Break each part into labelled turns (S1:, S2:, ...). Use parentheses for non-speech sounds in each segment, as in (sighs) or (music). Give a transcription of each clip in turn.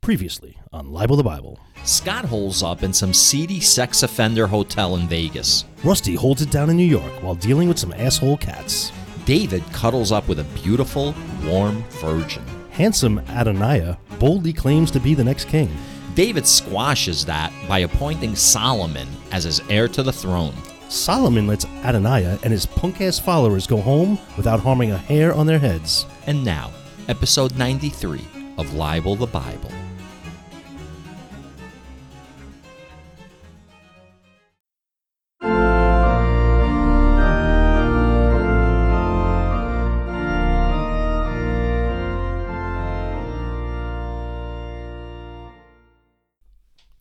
S1: Previously on Libel the Bible,
S2: Scott holes up in some seedy sex offender hotel in Vegas.
S1: Rusty holds it down in New York while dealing with some asshole cats.
S2: David cuddles up with a beautiful, warm virgin.
S1: Handsome Adoniah boldly claims to be the next king.
S2: David squashes that by appointing Solomon as his heir to the throne.
S1: Solomon lets Adoniah and his punk ass followers go home without harming a hair on their heads.
S2: And now, episode 93 of Libel the Bible.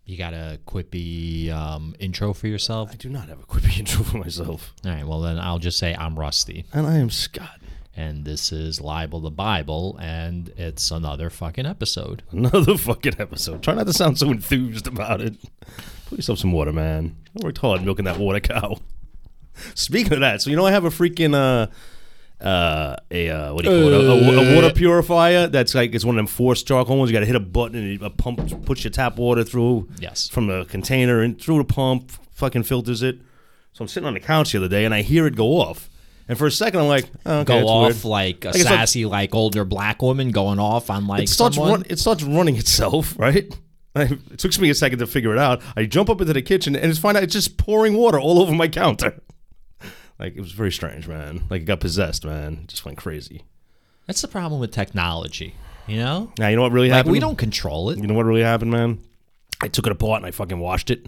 S2: You got a quippy um, intro for yourself?
S1: I do not have a quippy (laughs) intro for myself.
S2: All right, well, then I'll just say I'm Rusty.
S1: And I am Scott.
S2: and this is Libel the Bible, and it's another fucking episode.
S1: Another (laughs) fucking episode. Try not to sound so enthused about it. Put yourself some water, man. I worked hard milking that water cow. Speaking of that, so you know I have a freaking uh uh a uh, what do you call it? A- A, wa- a
S2: Uh.
S1: water purifier that's like it's one of them four charcoal ones. You got to hit a button and it- a pump puts your tap water through.
S2: Yes.
S1: From the container and through the pump, fucking filters it. So I'm sitting on the couch the other day and I hear it go off. And for a second I'm like, oh, okay,
S2: Go
S1: that's
S2: off
S1: weird.
S2: like a
S1: Like, it's like-
S2: sassy, like, older black woman going off on like
S1: it starts
S2: someone.
S1: run, it starts running itself, (laughs) right? I, it took me a second to figure it out. I jump up into the kitchen and it's find out it's just pouring water all over my counter. (laughs) Like it was very strange, man. Like it got possessed, man. It just went crazy.
S2: That's the problem with technology, you know.
S1: Now you know what really
S2: Like
S1: happened.
S2: we don't control it.
S1: You know what really happened, man? I took it apart and I fucking washed it.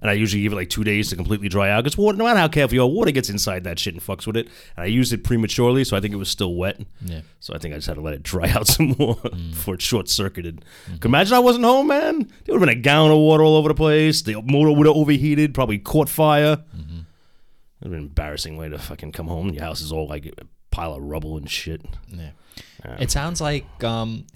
S1: And I usually give it like two days to completely dry out. Because no matter how careful you are, water gets inside that shit and fucks with it. And I used it prematurely, so I think it was still wet.
S2: Yeah.
S1: So I think I just had to let it dry (laughs) out some more
S2: Mm.
S1: before it short circuited. Could imagine I wasn't home, man. There would have been a gallon of water all over the place. The motor would have overheated, probably caught fire.
S2: Mm-hmm.
S1: It would have been an embarrassing way to fucking come home. Your house is all like a pile of rubble and shit.
S2: Yeah. It sounds like um,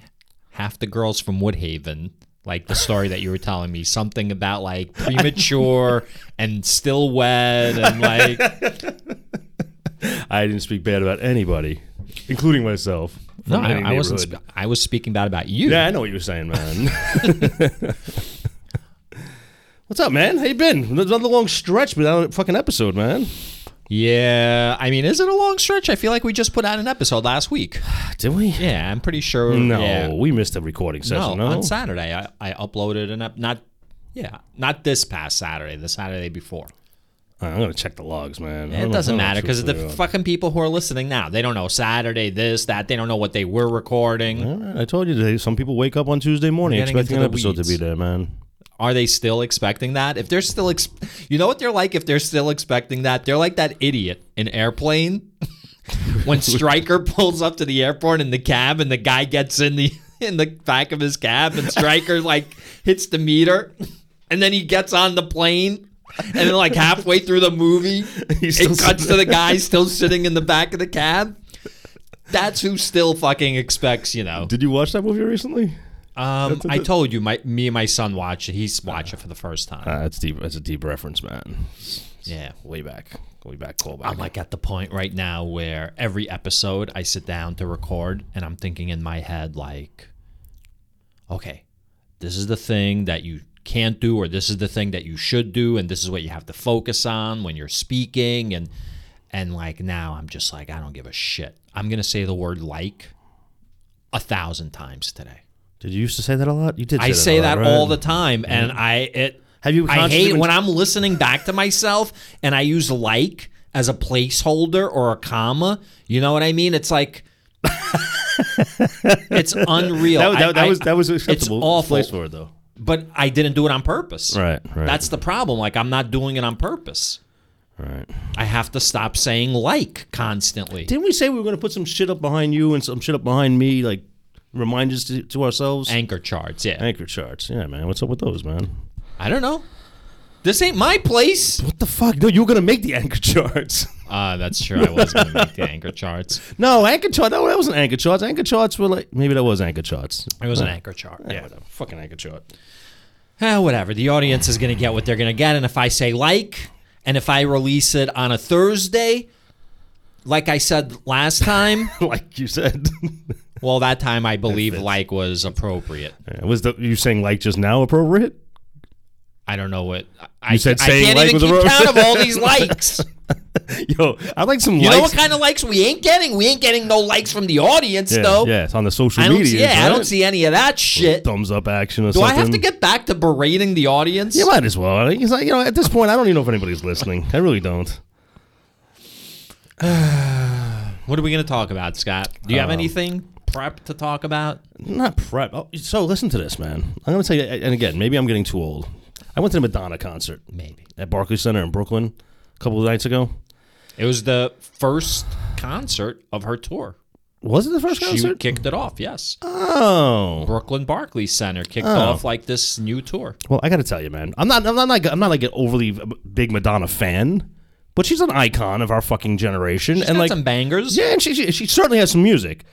S2: half the girls from Woodhaven, like the story that you were telling me, something
S1: (laughs)
S2: about like premature and still wet and like
S1: I didn't speak bad about anybody, including myself. (laughs)
S2: no,
S1: from any
S2: I, I wasn't.
S1: neighborhood.
S2: Sp- I was speaking bad about you.
S1: Yeah, I know what you're saying, man. (laughs) What's up, man? How you been? Another long stretch without a fucking episode, man.
S2: Yeah, I mean, is it a long stretch? I feel like we just put out an episode last week.
S1: (sighs) Did we?
S2: Yeah, I'm pretty sure.
S1: No,
S2: yeah.
S1: we missed a recording
S2: no,
S1: session. No,
S2: on Saturday I, I uploaded an up not, yeah, not this past Saturday, the Saturday before.
S1: I'm gonna check the logs, man. I don't know-
S2: It
S1: I
S2: doesn't
S1: don't know
S2: matter
S1: what
S2: because the
S1: truthfully,
S2: fucking people who are listening now, they don't know Saturday this that. They don't know what they were recording.
S1: uh, all right, I told you today. Some people wake up on Tuesday morning
S2: We're getting
S1: expecting an
S2: into the
S1: episode
S2: weeds.
S1: to be there, man.
S2: Are they still expecting that? If they're still, ex- you know what they're like. If they're still expecting that, they're like that idiot in airplane (laughs) when Stryker pulls up to the airport in the cab, and the guy gets in the (laughs) in the back of his cab, and Stryker like hits the meter, and then he gets on the plane. And then, like halfway through the movie,
S1: (laughs) He's still
S2: it cuts to the guy still sitting in the back of the cab. That's who still fucking expects, you know.
S1: Did you watch that movie recently?
S2: Um, I told you, my me and my son watched it. He's watched it for the first time.
S1: Uh, that's deep. That's a deep reference, man.
S2: Yeah.
S1: Way back, way back, callback.
S2: I'm like at the point right now where every episode I sit down to record and I'm thinking in my head, like, okay, this is the thing that you can't do, or this is the thing that you should do, and this is what you have to focus on when you're speaking. And, and like now I'm just like, I don't give a shit. I'm going to say the word like a thousand times today.
S1: Did you used to say that a lot? You did. Say
S2: I say
S1: a lot,
S2: that
S1: right?
S2: all the time, and I it.
S1: Have you
S2: I
S1: constantly
S2: hate
S1: been-
S2: when I'm listening back to myself, and I use like as a placeholder or a comma. You know what I mean?
S1: (laughs)
S2: It's like. it's unreal.
S1: That, was- that,
S2: I-
S1: that
S2: I-
S1: was that was acceptable.
S2: It's awful,
S1: Place for it though.
S2: but I didn't do it on purpose.
S1: Right, right.
S2: That's the problem. Like I'm not doing it on purpose.
S1: Right.
S2: I have to stop saying like constantly.
S1: Didn't we say we were going to put some shit up behind you and some shit up behind me, like reminders to, to ourselves?
S2: Anchor charts. Yeah.
S1: Anchor charts. Yeah, man. What's up with those, man?
S2: I don't know. This ain't my
S1: (laughs)
S2: place.
S1: What the fuck? No, you were going to make the anchor charts.
S2: Ah, that's true. I was going to make the anchor charts.
S1: No, anchor chart. No, that wasn't anchor charts. Anchor charts were like maybe that was anchor charts.
S2: It was an anchor chart. Yeah.
S1: Whatever. Fucking anchor (laughs) chart.
S2: Eh, whatever. The audience is going to get what they're going to get. And if I say like, and if I release it on
S1: (laughs)
S2: a Thursday, like I said last time,
S1: like you said.
S2: Well, that time I believe like was appropriate.
S1: Yeah, Was the you saying like just now appropriate? (laughs)
S2: I don't know what I,
S1: said
S2: I
S1: saying
S2: can't
S1: like
S2: even
S1: was
S2: keep
S1: appropriate.
S2: count of all
S1: (laughs)
S2: these likes.
S1: Yo, I like some
S2: You
S1: likes.
S2: know what kind of likes we ain't getting? We ain't getting no likes from the audience
S1: yeah,
S2: though.
S1: yeah, it's on the social
S2: I don't
S1: media.
S2: see, yeah, I don't see any of that shit.
S1: thumbs up action or
S2: Do I
S1: something.
S2: have to get back to berating the audience?
S1: You might as well. I think it's like, you know, at this point, I don't even know if anybody's listening. I really don't.
S2: What are we going to talk about, Scott? Do
S1: Uh,
S2: you have anything prep to talk about?
S1: Not prep. Oh, so listen to this, man. I'm gonna tell you, and again, maybe I'm getting too old. I went to the Madonna concert
S2: Maybe.
S1: at Barclays Center in Brooklyn a couple of nights ago.
S2: It was the first concert of her tour.
S1: Was Oh, it the first
S2: She
S1: concert?
S2: kicked it off, yes.
S1: oh,
S2: Brooklyn Barclays Center kicked off like this new tour.
S1: Well, I got to tell you, man, I'm not, I'm not, like, I'm not like an overly big Madonna fan, but she's an icon of our fucking generation,
S2: She's
S1: and
S2: got
S1: like,
S2: some bangers.
S1: yeah, and she, she, she certainly has some music.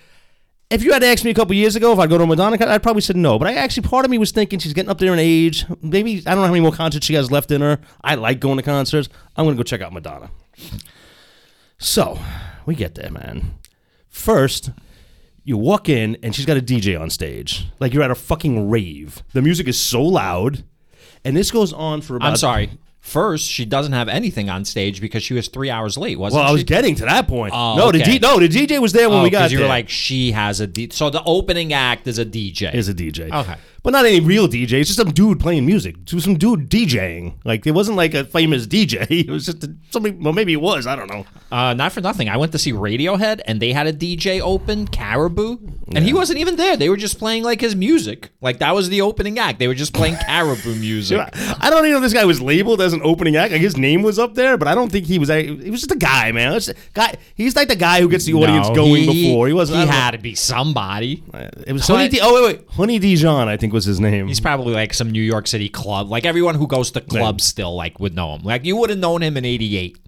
S1: If you had asked me a couple years ago if I'd go to a Madonna, concert, I'd probably said no. But I actually, part of me was thinking she's getting up there in age. Maybe I don't know how many more concerts she has left in her. I like going to concerts. I'm gonna go check out Madonna. So we get there, man. First, you walk in and she's got a DJ on stage, like you're at a fucking rave. The music is so loud, and this goes on for about.
S2: I'm sorry. First, she doesn't have anything on stage because she was three hours late, wasn't
S1: Well, I was
S2: she?
S1: getting to that point.
S2: Oh,
S1: no, the
S2: okay.
S1: D- no, the DJ was there when
S2: Oh,
S1: we got
S2: you were
S1: there.
S2: like, she has a D. So the opening act is a DJ.
S1: is a DJ.
S2: Okay.
S1: But not any real DJ. It's just some dude playing music. Just Some dude DJing. Like, it wasn't like a famous (laughs) DJ. It was just a, somebody, well, maybe it was. I don't know.
S2: Uh, not for nothing. I went to see Radiohead, and they had a DJ open, Caribou, and he wasn't even there. They were just playing like his music. Like that was the opening act. They were
S1: (laughs)
S2: just playing Caribou music.
S1: I don't even know if this guy was labeled as an opening act. Like, his name was up there, but I don't think he was. He was just a guy, man. It's- guy. He's like the guy who gets the audience
S2: No,
S1: going before. He wasn't. I
S2: He
S1: don't know.
S2: had to be somebody.
S1: It was
S2: So
S1: Honey.
S2: I-
S1: Di- oh wait, wait. Honey Dijon, I think was his name.
S2: He's probably like some New York City club. Like everyone who goes to clubs still like would know him. Like you would have known him in '88.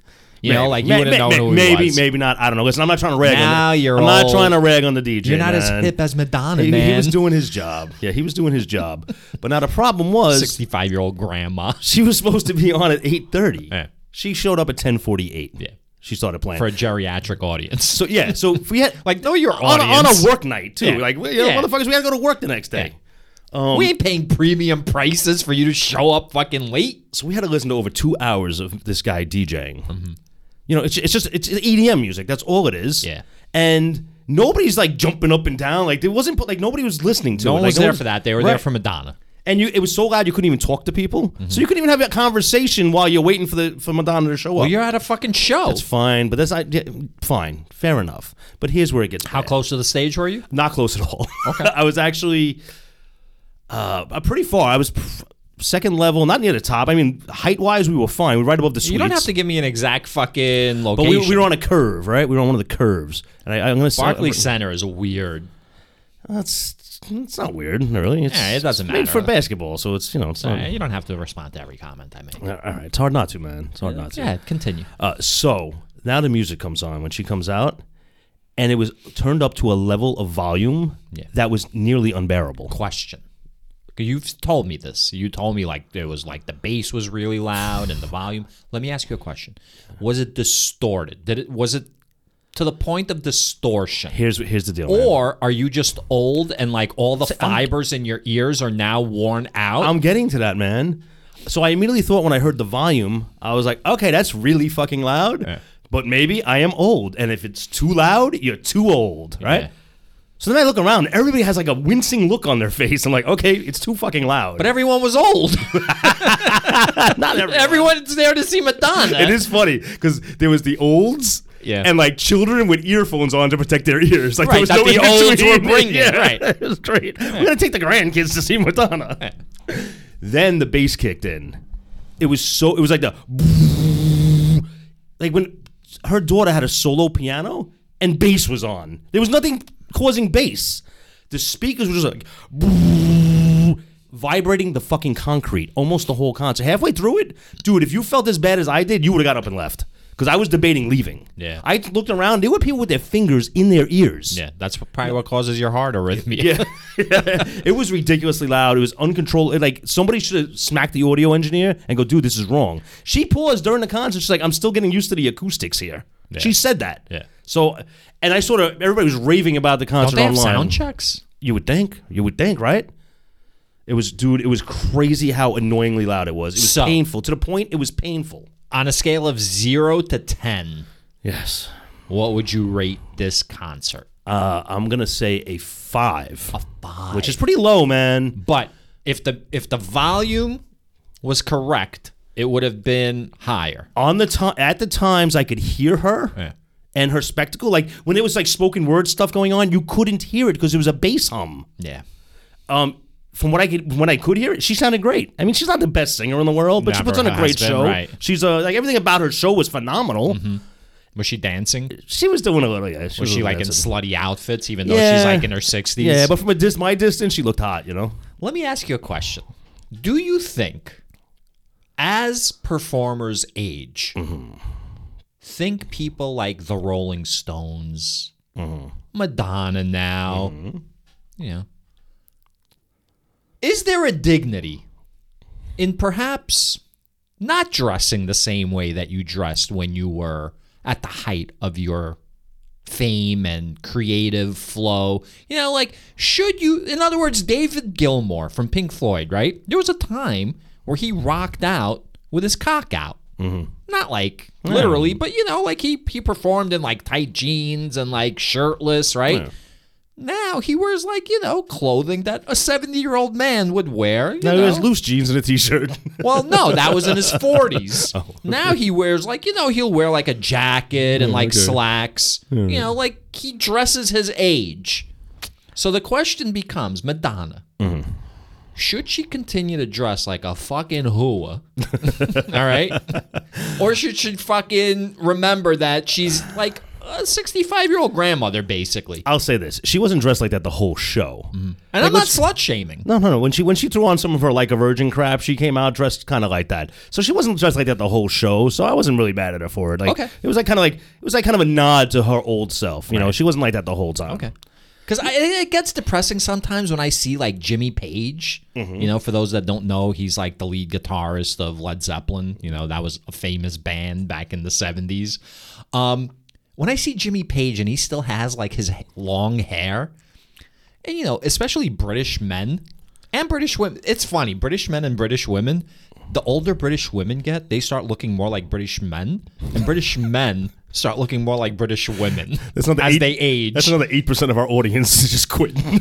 S2: You know, like you
S1: May-
S2: would have
S1: may-
S2: known
S1: may-
S2: who he
S1: maybe,
S2: was.
S1: maybe not. I don't know. Listen, I'm not trying to rag.
S2: Now
S1: on the,
S2: you're
S1: I'm not
S2: old.
S1: trying to rag on the DJ.
S2: You're not as
S1: man.
S2: hip as Madonna,
S1: He-
S2: man.
S1: He was doing his job. Yeah, he was doing his job. But now the problem was
S2: 65 year old grandma.
S1: she was supposed to be on at eight thirty.
S2: Yeah.
S1: She showed up at ten forty eight.
S2: Yeah.
S1: She started playing.
S2: for a geriatric audience. (laughs)
S1: so yeah, so if we had
S2: Like, know your
S1: on a, on
S2: audience.
S1: a work night too.
S2: Yeah.
S1: Like we- you know,
S2: Yeah.
S1: motherfuckers, we gotta go to work the next day.
S2: Yeah. we ain't paying premium prices for you to show up fucking late.
S1: So we had to listen to over two hours of this guy DJing.
S2: Mm-hmm.
S1: You know, it's, it's just it's EDM music. That's all it is.
S2: Yeah.
S1: and. Nobody's like jumping up and down. Like there wasn't like nobody was listening to
S2: No
S1: it.
S2: one
S1: Like,
S2: was there for that. They were
S1: Right.
S2: there for Madonna.
S1: and you it was so loud you couldn't even talk to people. So you couldn't even have that conversation while you're waiting for the for Madonna to show up.
S2: Well, you're at a fucking show.
S1: It's fine, but that's I, yeah, fine, fair enough. But here's where it gets
S2: How
S1: bad.
S2: close to the stage were you?
S1: Not close at all. Okay, (laughs) I was actually uh uh, pretty far. I was pr- second level, not near the top. I mean, height wise, we were fine. We were right above the suites.
S2: You don't have to give me an exact fucking
S1: But
S2: location.
S1: we, we were on a curve, right? We were on one of the curves, and I, I'm going to
S2: Barclays Center is weird.
S1: That's it's not weird, really. It's,
S2: Yeah, it doesn't
S1: it's made
S2: matter.
S1: for basketball, so it's you know it's not.
S2: Eh, You don't have to respond to every comment I make.
S1: All right, it's hard not to, man. It's hard not to.
S2: Yeah, continue.
S1: Uh, so now the music comes on when she comes out, and it was turned up to a level of volume
S2: Yeah.
S1: that was nearly unbearable.
S2: Question. 'Cause You've told me this. You told me like it was like the bass was really loud and the volume. Let me ask you a question. Was it distorted? Did it was it to the point of distortion?
S1: Here's here's the deal. man.
S2: Or are you just old and like all the fibers in your ears are now worn out?
S1: I'm getting to that, man. So I immediately thought when I heard the volume, I was like, okay, that's really fucking loud. But maybe I am old, and if it's too loud, you're too old, right?
S2: Yeah.
S1: So then I look around, everybody has like a wincing look on their (laughs) face. I'm like, okay, it's too fucking loud.
S2: but everyone was old. (laughs)
S1: (laughs) not everybody.
S2: Everyone's there to see
S1: (laughs)
S2: Madonna.
S1: It is funny because there was the olds.
S2: Yeah.
S1: And like children with earphones on to protect their ears. Like
S2: Right,
S1: there was
S2: that
S1: no
S2: the
S1: in between.
S2: olds
S1: (laughs)
S2: were bringing,
S1: Yeah,
S2: right.
S1: It was great. We're gonna take the grandkids to see Madonna. Then the bass kicked in. It was so it was like the like when her daughter had a solo piano and bass was on. There was nothing causing bass. The speakers were just like vibrating the fucking concrete almost the whole concert. Halfway through it, dude, if you felt as bad as I did, you would have got up and left. Because I was debating leaving.
S2: Yeah.
S1: I looked around. There were people with their fingers in their ears.
S2: Yeah, that's probably what causes your heart arrhythmia.
S1: Yeah. (laughs) it was ridiculously loud. It was uncontrollable. Like somebody should have smacked the audio engineer and go, dude, this is wrong. She paused during the concert. She's like, I'm still getting used to the acoustics here. She said that.
S2: Yeah.
S1: So, and I sort of everybody was raving about the concert
S2: Don't they have
S1: online.
S2: sound checks?
S1: You would think. You would think, right? It was, dude. It was crazy how annoyingly loud it was. It was
S2: So-
S1: painful to the point. It was painful.
S2: On a scale of zero to ten,
S1: Yes.
S2: what would you rate this concert?
S1: Uh, I'm gonna say a five,
S2: A five.
S1: which is pretty low, man.
S2: But if the if the volume was correct, it would have been higher.
S1: On the time, at the times, I could hear her and her spectacle. Like when it was like spoken word stuff going on, you couldn't hear it because it was a bass hum.
S2: Yeah.
S1: Um, from what I could, when I could hear it, she sounded great. I mean, she's not the best singer in the world, but she
S2: Never
S1: puts on a
S2: has
S1: great
S2: been,
S1: show.
S2: right.
S1: She's uh, like everything about her show was phenomenal.
S2: Was she dancing?
S1: She was doing a little. Yeah, she
S2: Was she like in
S1: dancing.
S2: slutty outfits, even though she's
S1: Yeah.
S2: like in her sixties?
S1: Yeah, but from a dis- my distance, she looked hot. You know,
S2: Let me ask you a question. Do you think, as performers age, think people like the Rolling Stones, Madonna now, you know, is there a dignity in perhaps not dressing the same way that you dressed when you were at the height of your fame and creative flow. You know, like, should you, in other words, David Gilmour from Pink Floyd, right? There was a time where he rocked out with his cock out. Mm-hmm. Not like literally, but you know, like he, he performed in like tight jeans and like shirtless, right? Now he wears like, you know, clothing that a 70 year old man would wear. You
S1: no,
S2: know?
S1: it was loose jeans and a t-shirt. (laughs)
S2: Well, no, that was in his 40s. Now he wears like you know he'll wear like a jacket and like slacks. You know, like he dresses his age. So the question becomes, Madonna, should she continue to dress like a fucking hua? (laughs) All right, or should she fucking remember that she's like a 65 year old grandmother basically?
S1: I'll say this: she wasn't dressed like that the whole show.
S2: And I'm not slut shaming.
S1: No, no, no. When she when she threw on some of her like a virgin crap, she came out dressed kind of like that. So she wasn't dressed like that the whole show. So I wasn't really mad at her for it. Like
S2: Okay.
S1: it was like kind of like it was like kind of a nod to her old self. You know, she wasn't like that the whole time.
S2: Okay. Because it gets depressing sometimes when I see like Jimmy Page.
S1: Mm-hmm.
S2: You know, for those that don't know, he's like the lead guitarist of Led Zeppelin. You know, that was a famous band back in the 70s. Um, when I see Jimmy Page and he still has like his h- long hair, and you know, especially British men and British women, it's funny. British men and British women, the older British women get, they start looking more like British men, and British (laughs) men start looking more like British women
S1: That's not the
S2: as
S1: eight-
S2: they age.
S1: That's another eight percent of our audience (laughs) is just quitting.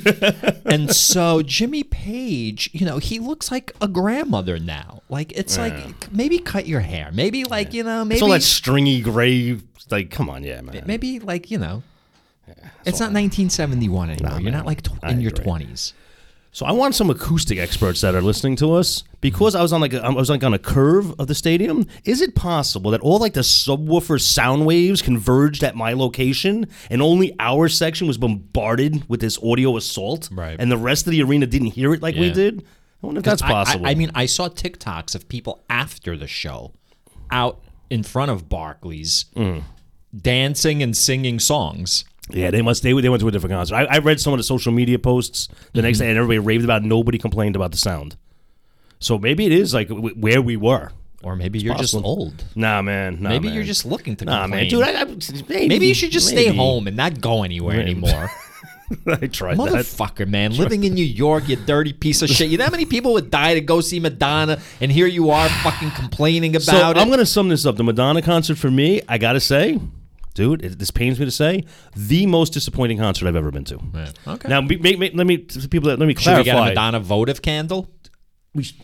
S2: and so Jimmy Page, you know, he looks like a grandmother now. Like it's like maybe cut your hair. Maybe like, you know, maybe
S1: so that stringy gray, like, come on, yeah, man.
S2: maybe like, you know. it's not 1971 anymore. You're not like tw- in your 20s.
S1: So I want some acoustic experts that are listening to us because I was on like a, I was like on a curve of the stadium. Is it possible that all like the subwoofer sound waves converged at my location and only our section was bombarded with this audio assault,
S2: Right.
S1: And the rest of the arena didn't hear it like we
S2: Yeah.
S1: did. I wonder if that's
S2: I- I-
S1: possible.
S2: I, mean, I saw TikToks of people after the show out in front of Barclays
S1: Mm.
S2: dancing and singing songs.
S1: yeah, they must. They, they went to a different concert. I, I read some of the social media posts the
S2: Mm-hmm.
S1: next day, and everybody raved about. it. Nobody complained about the sound. So maybe it is like w- where we were.
S2: Or maybe you're just
S1: possible.
S2: old.
S1: Nah, man. Nah,
S2: Maybe
S1: man.
S2: you're just looking to
S1: Nah,
S2: complain.
S1: man, dude. I, I, Oh, maybe,
S2: maybe you should just stay
S1: maybe.
S2: home and not go anywhere anymore.
S1: (laughs) I tried that.
S2: Motherfucker, man. Living in New York, you dirty piece of shit. You know how many people would die to go see Madonna, and here you are fucking complaining about
S1: So
S2: it?
S1: I'm gonna sum this up. The Madonna concert for me, I gotta say, dude, it, this pains me to say, the most disappointing concert I've ever been to.
S2: okay.
S1: Now, be- may- may- let me to people that let me
S2: Should
S1: clarify.
S2: we get a Madonna votive candle?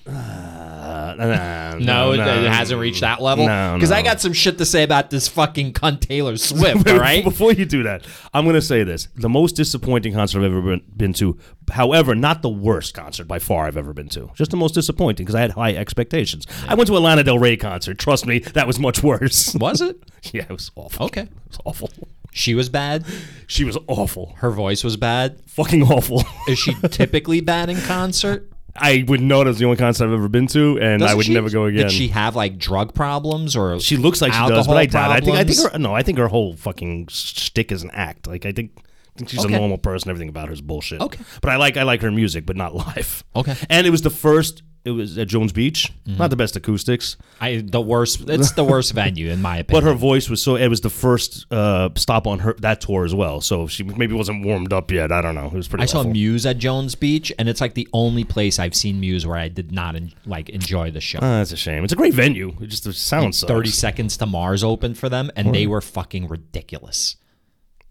S1: Uh, nah,
S2: No, it- it hasn't reached that level.
S1: No,
S2: Because I
S1: no.
S2: got some shit to say about this fucking cunt
S1: (laughs)
S2: Taylor Swift, (laughs) all right?
S1: Before you do that, I'm gonna say this: the most disappointing concert I've ever been, been to. However, not the worst concert by far I've ever been to. Just the most disappointing because I had high expectations. I went to a Lana Del Rey concert. Trust me, that was much worse.
S2: Was it?
S1: (laughs) yeah, it was awful.
S2: Okay.
S1: It was awful.
S2: She was bad.
S1: She was awful.
S2: Her voice was bad.
S1: Fucking awful.
S2: Is she typically bad in concert?
S1: (laughs) I would know that's the only concert I've ever been to, and I
S2: Doesn't
S1: would
S2: she-
S1: never go again.
S2: Did she have like drug problems or
S1: She looks like she does, but
S2: alcohol
S1: I doubt. it. I think. I
S2: problems?
S1: think. Her, no, I think her whole fucking shtick is an act. Like I think. I think she's
S2: Okay.
S1: a normal person. Everything about her is bullshit.
S2: Okay.
S1: But I like I like her music, but not live.
S2: Okay.
S1: And it was the first It was at Jones Beach. Not the best acoustics,
S2: I the worst. It's the worst venue in my
S1: but
S2: opinion.
S1: her voice was so. It was the first uh, stop on her that tour as well. So she maybe wasn't warmed up yet. I don't know. It was pretty.
S2: I saw
S1: awful.
S2: Muse at Jones Beach, and it's like the only place I've seen Muse where I did not en- like enjoy the show.
S1: Uh, that's a shame. It's a great venue. It just the sound sucks.
S2: Thirty Seconds to Mars opened for them, and they were fucking ridiculous.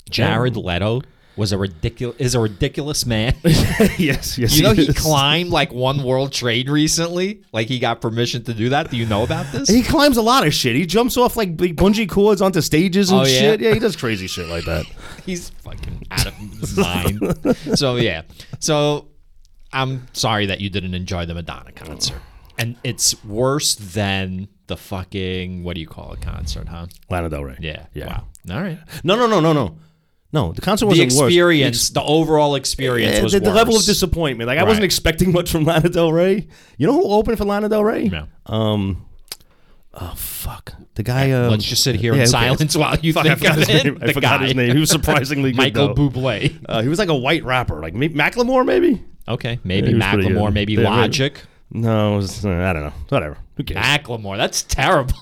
S2: Jared Leto was a ridiculous is a ridiculous man.
S1: (laughs) yes, yes.
S2: You know he
S1: yes.
S2: climbed like one World Trade recently. Like he got permission to do that. Do you know about this?
S1: He climbs a lot of shit. He jumps off like big bungee cords onto stages and
S2: Oh, yeah?
S1: shit. Yeah, he does crazy shit like
S2: (laughs)
S1: that.
S2: He's fucking out of his mind. So yeah. So I'm sorry that you didn't enjoy the Madonna concert. And it's worse than the fucking what do you call a concert, huh?
S1: Lana Del Rey.
S2: Yeah.
S1: Yeah.
S2: Wow. All right.
S1: No, no, no, no, no. No, the concert
S2: The
S1: wasn't worse.
S2: experience, the overall experience
S1: Yeah,
S2: was
S1: the, the level of
S2: worse.
S1: disappointment. Like I
S2: Right.
S1: wasn't expecting much from Lana Del Rey. You know who opened for Lana Del Rey?
S2: No.
S1: Um. Oh fuck! The guy. Um,
S2: Let's just (laughs) sit here
S1: yeah,
S2: in
S1: okay.
S2: silence while
S1: (laughs)
S2: you
S1: Fuck, I
S2: think
S1: forgot
S2: of
S1: his
S2: it.
S1: name. I
S2: The
S1: forgot
S2: guy.
S1: his name. He
S2: (laughs)
S1: was surprisingly good.
S2: Michael
S1: though.
S2: Bublé.
S1: Uh, he was like a white rapper, like maybe Macklemore, maybe.
S2: Okay, maybe
S1: he was pretty
S2: Macklemore,
S1: good.
S2: maybe
S1: Yeah, maybe.
S2: Logic.
S1: No, it was, uh, I don't know. Whatever. Who cares?
S2: Macklemore,
S1: (laughs)
S2: that's terrible.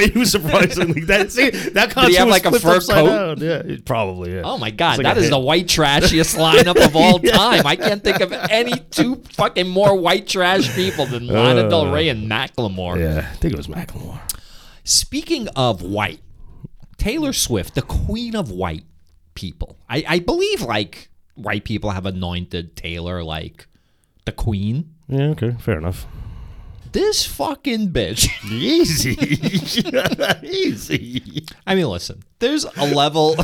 S1: he was surprisingly that. See, that concert
S2: Did he have,
S1: was
S2: like, a
S1: flipped
S2: fur
S1: upside down.
S2: coat?
S1: Yeah, it- probably. Yeah.
S2: Oh my God,
S1: It's like
S2: that
S1: a
S2: is
S1: hit.
S2: the white trashiest
S1: (laughs)
S2: lineup of all time. I can't think of any two fucking more white trash people than Lana Del Rey and Macklemore.
S1: Uh. Yeah, I think it was Macklemore.
S2: Speaking of white, Taylor Swift, the queen of white people. I, I believe like white people have anointed Taylor like the queen.
S1: Yeah. Okay. Fair (laughs) enough.
S2: This fucking bitch. (laughs)
S1: Easy. Easy.
S2: I mean, listen. There's a level.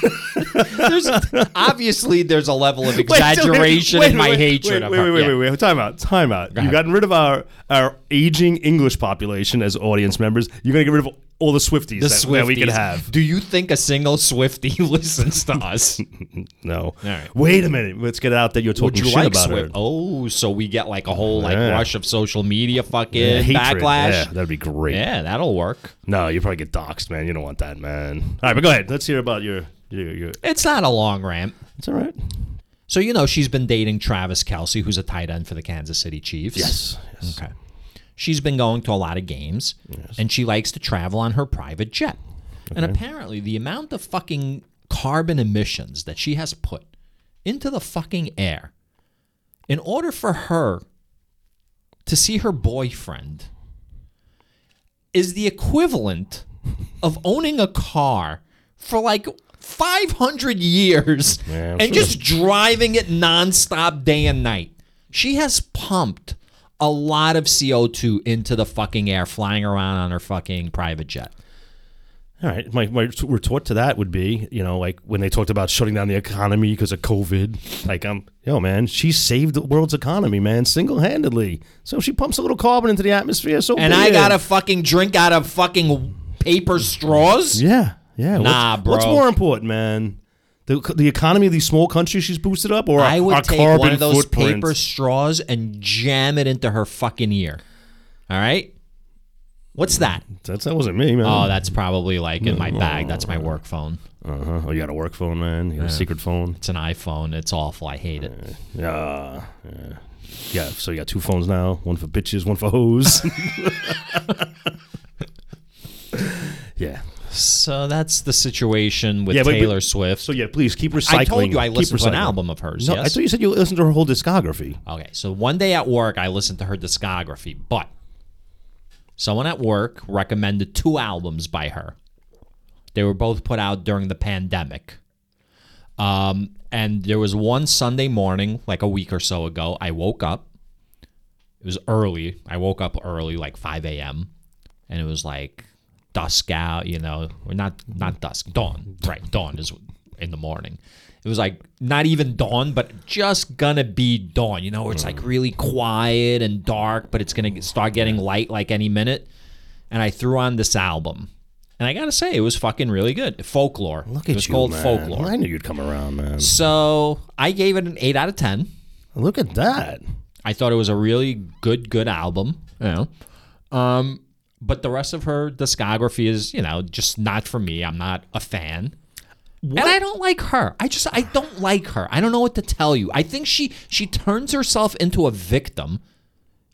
S2: (laughs) there's obviously there's a level of exaggeration in my
S1: Wait,
S2: hatred of
S1: wait,
S2: her.
S1: wait, wait,
S2: Yeah.
S1: wait, wait. Time out. Time out. You've
S2: ahead.
S1: gotten rid of our our aging English population as audience members. You're gonna get rid of all the Swifties
S2: the
S1: that, that we can
S2: Swifties.
S1: have.
S2: Do you think a single Swifty (laughs) listens to us?
S1: No.
S2: right.
S1: Wait a minute. Let's get it out that you're talking
S2: Would you
S1: shit
S2: like
S1: about
S2: Swift?
S1: her.
S2: Oh, so we get like a whole like
S1: Yeah.
S2: rush of social media fucking
S1: Hatred. Yeah,
S2: backlash.
S1: that'd be great.
S2: Yeah. that'll work.
S1: No, you probably get doxxed, man. You don't want that, man. All right, but go ahead. Let's hear about your your. your
S2: It's not a long rant.
S1: it's all right.
S2: So you know she's been dating Travis Kelsey, who's a tight end for the Kansas City Chiefs.
S1: Yes. yes.
S2: Okay. She's been going to a lot of games, and she likes to travel on her private jet. And apparently, the amount of fucking carbon emissions that she has put into the fucking air, in order for her to see her boyfriend, is the equivalent of owning a car for like 500 years
S1: (laughs) Yeah, I'm
S2: and
S1: sure.
S2: just driving it nonstop day and night. She has pumped a lot of CO2 into the fucking air flying around on her fucking private jet.
S1: All right. My, my retort to that would be, you know, like when they talked about shutting down the economy because of COVID. Like, I'm, yo, man, she saved the world's economy, man, single handedly. So if she pumps a little carbon into the atmosphere. So
S2: And
S1: be
S2: I
S1: it.
S2: got to fucking drink out of fucking paper straws?
S1: Yeah, yeah.
S2: Nah,
S1: what's, What's
S2: bro.
S1: more important, man? The, the economy of these small countries she's boosted up, or
S2: I would
S1: our
S2: take
S1: carbon
S2: one of those
S1: footprint?
S2: paper straws and jam it into her fucking ear. All right? What's that?
S1: That's, that wasn't me, man.
S2: Oh, that's probably like in my bag. That's my work phone.
S1: Uh-huh. Oh, you got a work phone, man. You got a secret phone.
S2: It's an iPhone. It's awful. I hate it.
S1: Yeah, yeah. Yeah, so you got two phones now. One for bitches, one for
S2: (laughs)
S1: hoes. (laughs) yeah.
S2: So that's the situation with
S1: Yeah, but- but-
S2: Taylor Swift.
S1: So yeah, please keep recycling.
S2: I told you I
S1: Keep
S2: listened to an
S1: recycling.
S2: album of hers.
S1: No, I
S2: yes?
S1: thought you said you listened to her whole discography.
S2: Okay, so one day at work, I listened to her discography, but someone at work recommended two albums by her. They were both put out during the pandemic. Um, and there was one Sunday morning, like a week or so ago, I woke up. It was early. I woke up early, like 5 a.m., and it was like dusk out, you know, or not, not dusk, dawn. Right, dawn is in the morning. It was like not even dawn, but just gonna be dawn, you know, where it's
S1: Mm.
S2: like really quiet and dark, but it's gonna start getting light like any minute. And I threw on this album. And I gotta say, it was fucking really good. Folklore.
S1: Look
S2: it
S1: at
S2: was
S1: you,
S2: called
S1: man.
S2: Folklore.
S1: I knew you'd come around, man.
S2: So I gave it an eight out of ten.
S1: Look at that.
S2: I thought it was a really good, good album. You know, um, but the rest of her discography is, you know, just not for me. I'm not a fan. And I don't like her. I just I don't like her. I don't know what to tell you. I think she she turns herself into a victim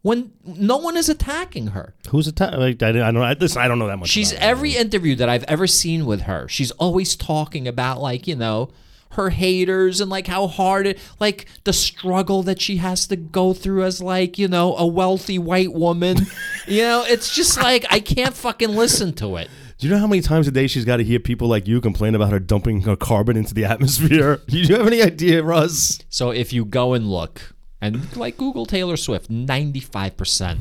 S2: when no one is attacking her.
S1: Who's the time? Like, I, didn't- I don't. I, listen, I don't know that much.
S2: She's
S1: about her.
S2: every interview that I've ever seen with her. She's always talking about like you know her haters and like how hard it like the struggle that she has to go through as like you know a wealthy white woman.
S1: (laughs)
S2: you know, it's just like I can't fucking listen to it.
S1: Do you know how many times a day she's got to hear people like you complain about her dumping her carbon into the atmosphere? (laughs) Do you have any idea, Russ?
S2: So if you go and look and like Google Taylor Swift, 95%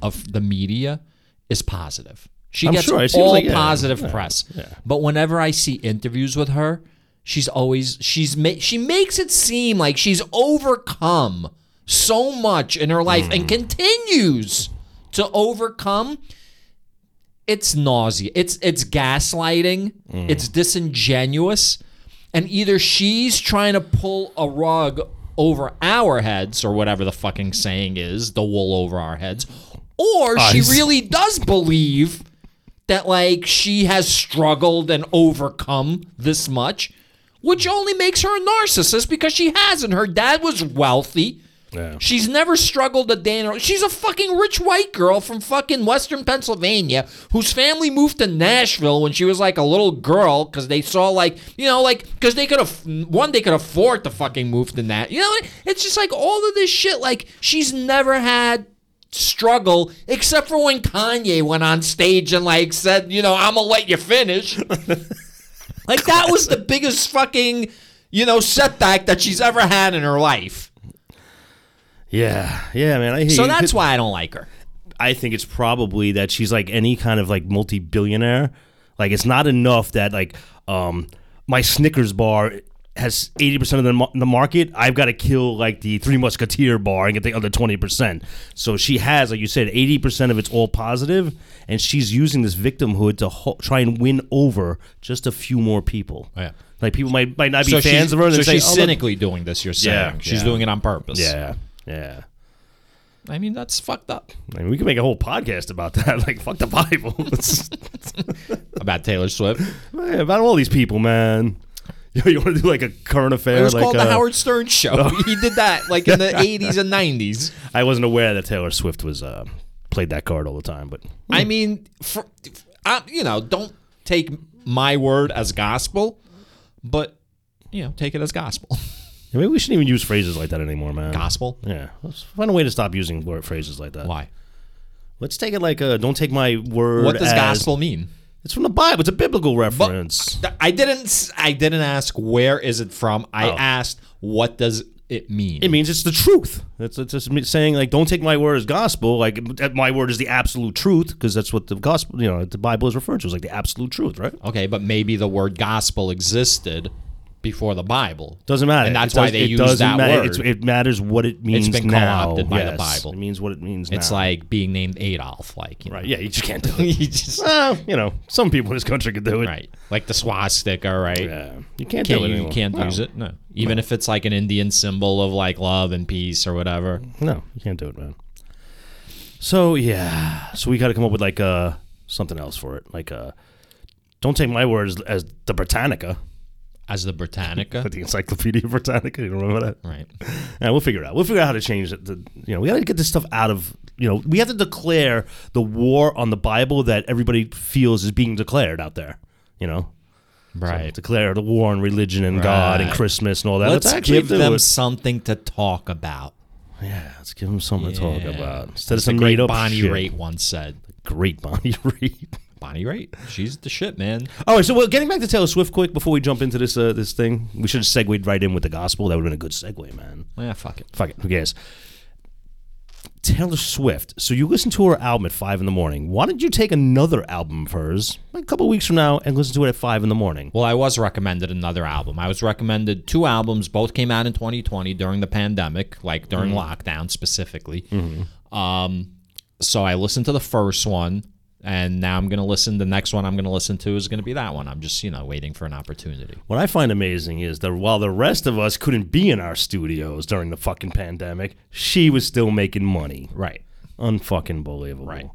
S2: of the media is positive. She
S1: I'm
S2: gets
S1: sure. It seems
S2: all
S1: like- yeah,
S2: positive press. But whenever I see interviews with her, she's always she's ma- she makes it seem like she's overcome so much in her life
S1: Hmm.
S2: and continues to overcome it's nausea. It's it's gaslighting. It's disingenuous. And either she's trying to pull a rug over our heads or whatever the fucking saying is, the wool over our heads, or she
S1: Eyes.
S2: really does believe that like she has struggled and overcome this much, which only makes her a narcissist because she hasn't. Her dad was wealthy.
S1: Yeah.
S2: She's never struggled a day in her She's a fucking rich white girl from fucking Western Pennsylvania whose family moved to Nashville when she was like a little girl because they saw like, you know, like, because they could have, one, they could afford to fucking move to that. You know, it's just like all of this shit. Like, she's never had struggle except for when Kanye went on stage and like said, you know, I'm going to let
S1: (laughs)
S2: you finish. Like that was the biggest fucking, you know, setback that she's ever had in her life.
S1: Yeah, yeah, man. I hear
S2: So
S1: you.
S2: that's why I don't like her.
S1: I think it's probably that she's like any kind of like multi-billionaire. Like it's not enough that like um my Snickers bar has 80% of the, mar- the market. I've got to kill like the Three Musketeer bar and get the other 20%. So she has like you said 80% of it's all positive and she's using this victimhood to ho- try and win over just a few more people.
S2: Oh, yeah.
S1: Like people might might not be fans
S2: she's,
S1: of her and
S2: so
S1: they say
S2: she's
S1: "Oh, look-
S2: cynically doing this. You're saying
S1: Yeah,
S2: she's
S1: yeah.
S2: doing it on purpose.
S1: Yeah. Yeah.
S2: I mean that's fucked up
S1: I mean, we could make a whole podcast about that. (laughs) Like fuck the Bible.
S2: (laughs)
S1: It's-
S2: about Taylor Swift.
S1: Man, about all these people, man. (laughs) Yo, you want to do like a current affair?
S2: It was
S1: like
S2: called
S1: uh,
S2: the Howard Stern Show.
S1: (laughs)
S2: he did that like in the 80s and 90s.
S1: I wasn't aware that Taylor Swift was uh, played that card all the time, but
S2: I mean, for, I, you know, don't take my word as gospel, but you know, take it as gospel. (laughs)
S1: maybe we shouldn't even use phrases like that anymore, man.
S2: Gospel.
S1: Yeah, let's find a way to stop using word phrases like that.
S2: Why?
S1: Let's take it like a don't take my word.
S2: What does
S1: as-
S2: gospel mean?
S1: It's from the Bible. It's a biblical reference.
S2: Th- I didn't. s- I didn't ask where is it from. I asked what does Oh. it mean.
S1: it means it's the truth. It's, it's just me saying like, don't take my word as gospel. Like that my word is the absolute truth because that's what the gospel, you know, the Bible is referred to as like the absolute truth, right?
S2: okay, but maybe the word gospel existed before the Bible.
S1: Doesn't matter.
S2: And that's
S1: It
S2: why
S1: does-
S2: they
S1: it
S2: use
S1: doesn't
S2: that
S1: matter.
S2: word.
S1: It's- it matters what it means
S2: been
S1: now.
S2: co-opted by the
S1: Yes,
S2: Bible.
S1: It means what it means now.
S2: It's like being named Adolf, like you know,
S1: right? Yeah, you just can't do it.
S2: (laughs) you just
S1: Well, you know, some people in this country could do it.
S2: right, like the swastika, right?
S1: Yeah, you can't,
S2: Can't
S1: do it.
S2: you
S1: anymore.
S2: can't
S1: no.
S2: use it? No, even if it's like an Indian symbol of like love and peace or whatever.
S1: No, you can't do it, man. So yeah, so we got to come up with like uh something else for it. Like uh, don't take my word as, as the Britannica,
S2: As the Britannica,
S1: the Encyclopedia (laughs) Britannica. You don't remember that?
S2: right?
S1: (laughs) Yeah, we'll figure it out. We'll figure out how to change it. The, you know, we got to get this stuff out of. You know, we have to declare the war on the Bible that everybody feels is being declared out there. You know,
S2: Right.
S1: declare the war on religion and God and
S2: Right.
S1: Christmas and all that. Let's,
S2: Let's
S1: actually
S2: give
S1: do
S2: them
S1: it.
S2: something to talk about.
S1: yeah, let's give them something to
S2: Yeah.
S1: talk about instead of
S2: The
S1: some
S2: great
S1: made up
S2: Bonnie
S1: Oh, shit.
S2: Raitt once said,
S1: Great Bonnie (laughs) Raitt.
S2: Bonnie Raitt, she's the shit, man.
S1: All right, so well, getting back to Taylor Swift quick before we jump into this uh, this thing, we should have segued right in with the gospel. That would have been a good segue, man.
S2: Oh, Yeah, fuck it.
S1: fuck it, who cares? Taylor Swift. So you listen to her album at five in the morning. Why don't you take another album of hers like a couple weeks from now and listen to it at five in the morning?
S2: Well, I was recommended another album. I was recommended two albums. Both came out in 2020 during the pandemic, like
S1: Mm-hmm.
S2: during lockdown specifically. Um, so I listened to the first one, and now I'm going to listen. The next one I'm going to listen to is going to be that one. I'm just, you know, waiting for an opportunity.
S1: What I find amazing is that while the rest of us couldn't be in our studios during the fucking pandemic, she was still making money.
S2: Right.
S1: Unfucking believable.
S2: Right.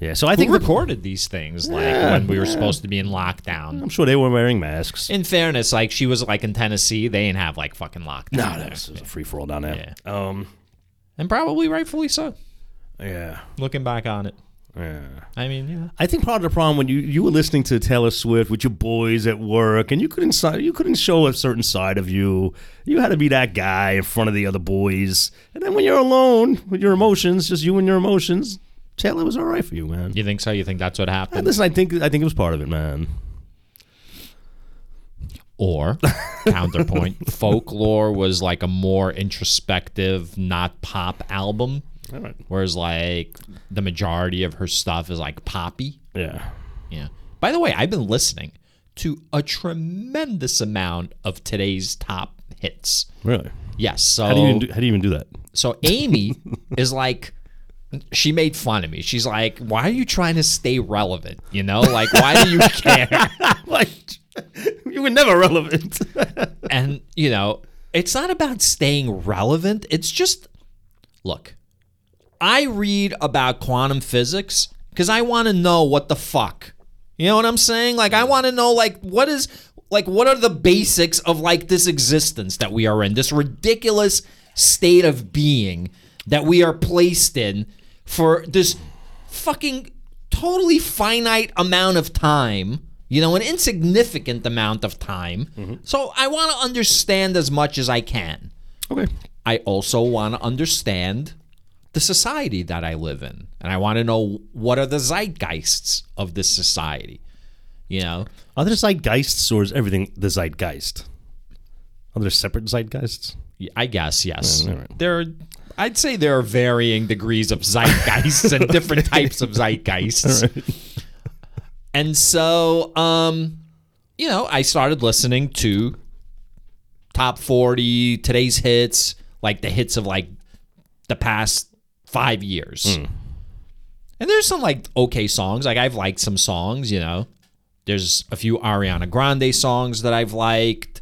S1: Yeah. So I
S2: Who
S1: think the-
S2: recorded these things like when we were supposed to be in lockdown?
S1: I'm sure they were wearing masks.
S2: In fairness, like she was like in Tennessee, they ain't have like fucking lockdown.
S1: No, this is a free for all down there. Um,
S2: And probably rightfully so.
S1: Yeah.
S2: Looking back on it,
S1: Yeah.
S2: I mean, yeah.
S1: I think part of the problem when you, you were listening to Taylor Swift with your boys at work, and you couldn't si- you couldn't show a certain side of you. You had to be that guy in front of the other boys. And then when you're alone with your emotions, just you and your emotions, Taylor was all right for you, man.
S2: You think so? You think that's what
S1: And
S2: happened?
S1: listen, I think I think it was part of it, man. (laughs)
S2: Or counterpoint, folklore was like a more introspective, not pop album,
S1: All right.
S2: whereas like the majority of her stuff is like poppy.
S1: Yeah.
S2: Yeah. By the way, I've been listening to a tremendous amount of today's top hits.
S1: Really. Oh.
S2: Yes. So
S1: How do you even do, how do you even do that?
S2: So Amy is like, she made fun of me. She's like, why are you trying to stay relevant? You know, like, why do you care?
S1: (laughs) like (laughs) you were never relevant. (laughs)
S2: And, you know, it's not about staying relevant. It's just, look, I read about quantum physics because I want to know what the fuck. You know what I'm saying? Like, I want to know, like, what is, like, what are the basics of, like, this existence that we are in, this ridiculous state of being that we are placed in for this fucking totally finite amount of time, you know, an insignificant amount of time. So I want to understand as much as I can.
S1: okay.
S2: I also want to understand the society that I live in, and I want to know what are the zeitgeists of this society. You know,
S1: Are there zeitgeists or is everything the zeitgeist? Are there separate zeitgeists?
S2: I guess yes.
S1: Yeah, all right.
S2: There, are, I'd say there are varying degrees of zeitgeists and
S1: (laughs)
S2: different types of zeitgeists. And so, um, you know, I started listening to top 40, today's hits, like the hits of like the past five years. And there's some like okay songs. Like I've liked some songs, you know. There's a few Ariana Grande songs that I've liked.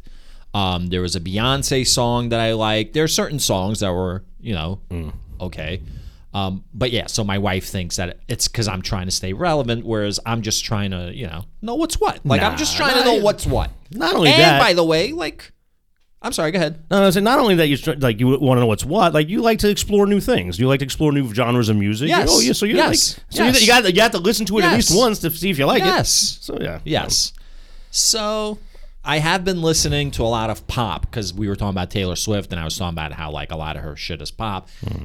S2: Um, there was a Beyonce song that I liked. There are certain songs that were, you know, okay. Um, but yeah, so my wife thinks that it's because I'm trying to stay relevant, whereas I'm just trying to, you know, know what's what. Like I'm just trying to know what's what.
S1: Not only
S2: and
S1: that,
S2: by the way, like, I'm sorry. Go ahead.
S1: no, no, so not only that you str- like you want to know what's what, like you like to explore new things. You like to explore new genres of music.
S2: Yes.
S1: Oh, yeah. So you're
S2: Yes.
S1: like, so you-
S2: Yes.
S1: you got you have to listen to it at
S2: Yes.
S1: least once to see if you like it.
S2: Yes.
S1: So yeah.
S2: Yes. So I have been listening to a lot of pop because we were talking about Taylor Swift and I was talking about how like a lot of her shit is pop.
S1: Hmm.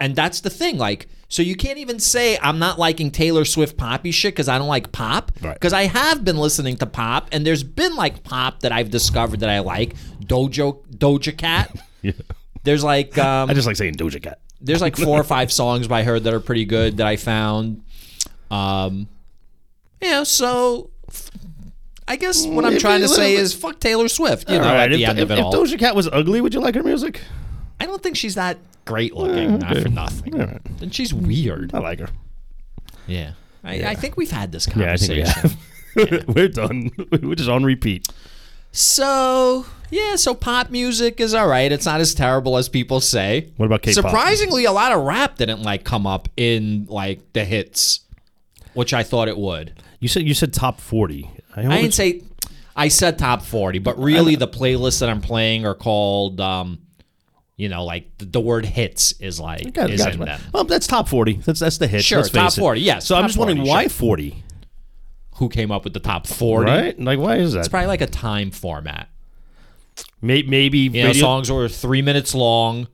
S2: And that's the thing. Like, so you can't even say I'm not liking Taylor Swift poppy shit because I don't like pop.
S1: Right.
S2: Because I have been listening to pop and there's been like pop that I've discovered that I like. Dojo Doja
S1: (laughs)
S2: Cat.
S1: Yeah.
S2: There's like um,
S1: I just like saying Doja Cat.
S2: there's like four or five songs by her that are pretty good that I found. Um, you know, so f- I guess what I'm
S1: Maybe
S2: trying to
S1: a little
S2: say
S1: bit-
S2: is fuck Taylor Swift. You know,
S1: All right,
S2: at the
S1: if,
S2: end
S1: if-
S2: of it
S1: if
S2: all,
S1: Doja Cat was ugly, would you like her music?
S2: I don't think she's that
S1: Uh,
S2: great looking. Not for nothing.
S1: All right.
S2: And she's weird.
S1: I like her.
S2: Yeah. I, I think we've had this
S1: Yeah, I
S2: conversation.
S1: think we have. (laughs) We're done. (laughs) We're just on repeat.
S2: So yeah, so pop music is all right. It's not as terrible as people say.
S1: What about K-pop?
S2: Surprisingly, a lot of rap didn't like come up in like the hits, which I thought it would.
S1: You said you said top forty.
S2: I didn't say I said top 40, but really the playlists that I'm playing are called um you know, like the, the word hits is like
S1: Got it,
S2: is
S1: got
S2: in
S1: it.
S2: them.
S1: Well, that's top forty. That's that's the hit.
S2: Sure,
S1: let's face
S2: top
S1: it.
S2: 40, yes,
S1: So I'm
S2: top
S1: just wondering
S2: 40,
S1: why
S2: sure.
S1: forty,
S2: Who came up with the top 40?
S1: right? Like why is that?
S2: It's probably like a time format.
S1: May- maybe
S2: You know,
S1: radio-
S2: songs were 3 minutes long,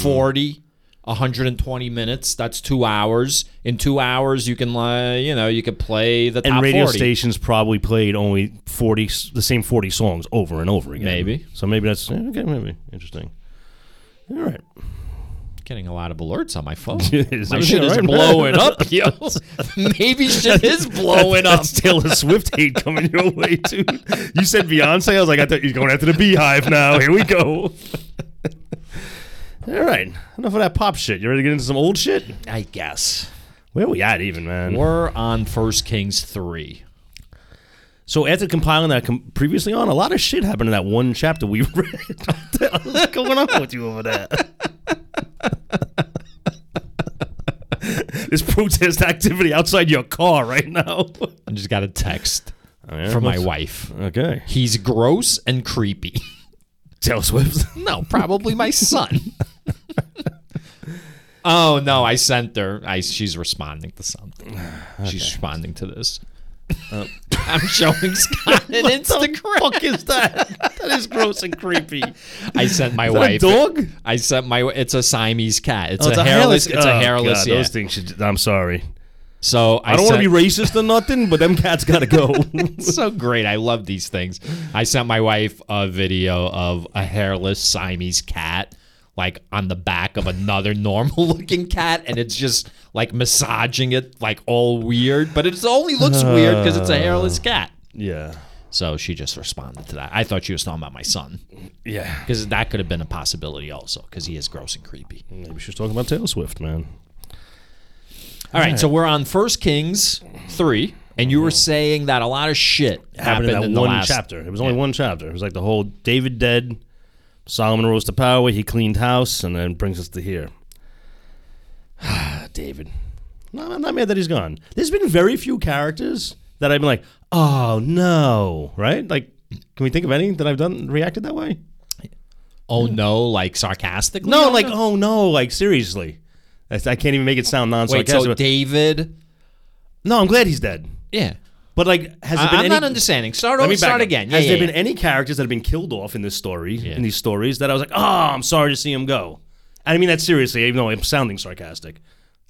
S2: 40 120 minutes that's two hours in two hours you can like you know you could play the
S1: and
S2: top
S1: radio
S2: 40
S1: stations probably played only forty s- the same forty songs over and over again.
S2: Maybe.
S1: So maybe that's yeah, okay. Maybe interesting. All
S2: (laughs)
S1: right.
S2: getting a lot of alerts on my
S1: (laughs)
S2: phone
S1: Is
S2: my
S1: everything
S2: shit
S1: all
S2: is
S1: right, man? (laughs)
S2: blowing up yo (laughs) maybe shit is blowing up
S1: That's Taylor Swift hate coming your way too. You said Beyonce. I was like, I thought you're going after the Beehive now. Here we go. (laughs) All right, enough of that pop shit. You ready to get into some old shit?
S2: I guess.
S1: Where we at, even man?
S2: We're on First Kings 3.
S1: So after compiling that com- previously on, a lot of shit happened in that one chapter we (laughs) read. What the hell is going on with you over there? this protest activity outside your car right now.
S2: I just got a text from my wife.
S1: Okay,
S2: He's gross and creepy. (laughs)
S1: (laughs)
S2: Oh,
S1: Taylor Swift.
S2: no, probably my son. Oh no, I sent her. I she's responding to something.
S1: (sighs)
S2: She's responding to this. (laughs) I'm
S1: (laughs)
S2: showing Scott an Instagram.
S1: Oh. fuck is
S2: (laughs)
S1: that? That (laughs) is gross and creepy.
S2: I sent my
S1: Is that a
S2: wife.
S1: dog?
S2: I sent my. It's a Siamese cat. It's,
S1: Oh,
S2: a, hairless. It's
S1: oh,
S2: a hairless.
S1: God,
S2: yeah.
S1: Those things should. I'm sorry.
S2: So I,
S1: I don't want to
S2: sent-
S1: be racist or nothing, but them cats gotta go.
S2: It's so great. I love these things. I sent my wife a video of a hairless Siamese cat, like on the back of another (laughs) normal looking cat, and it's just like massaging it, like all weird, but it only looks weird because it's a hairless cat.
S1: (laughs) yeah.
S2: So she just responded to that. I thought she was talking about my son
S1: Yeah.
S2: because that could have been a possibility also because he is gross and creepy.
S1: Maybe she's talking about Taylor Swift, man.
S2: All right, so we're on First Kings 3, and you were saying that a lot of shit
S1: Happened
S2: happened,
S1: in that
S2: in the
S1: one
S2: last
S1: chapter. It was only one chapter. It was like the whole David dead, Solomon rose to power, he cleaned house, and then brings us to here. (sighs) David. No, I'm not mad that he's gone. There's been very few characters that I've been like, oh no, right? Like, can we think of any that I've done reacted that way?
S2: Oh no, like sarcastically?
S1: No, like, oh no, like seriously. I, I can't even make it sound
S2: Wait,
S1: non-sarcastic.
S2: so
S1: but-
S2: David?
S1: no, I'm glad he's dead.
S2: Yeah.
S1: But like, has
S2: I,
S1: there been
S2: am
S1: any?
S2: not understanding. Start
S1: Let
S2: over.
S1: me back
S2: Start
S1: up.
S2: again. Yeah,
S1: Has
S2: yeah,
S1: there
S2: yeah.
S1: been any characters that have been killed off in this story, in these stories, that I was like, oh, I'm sorry to see him go? And I mean that seriously, even though I'm sounding sarcastic.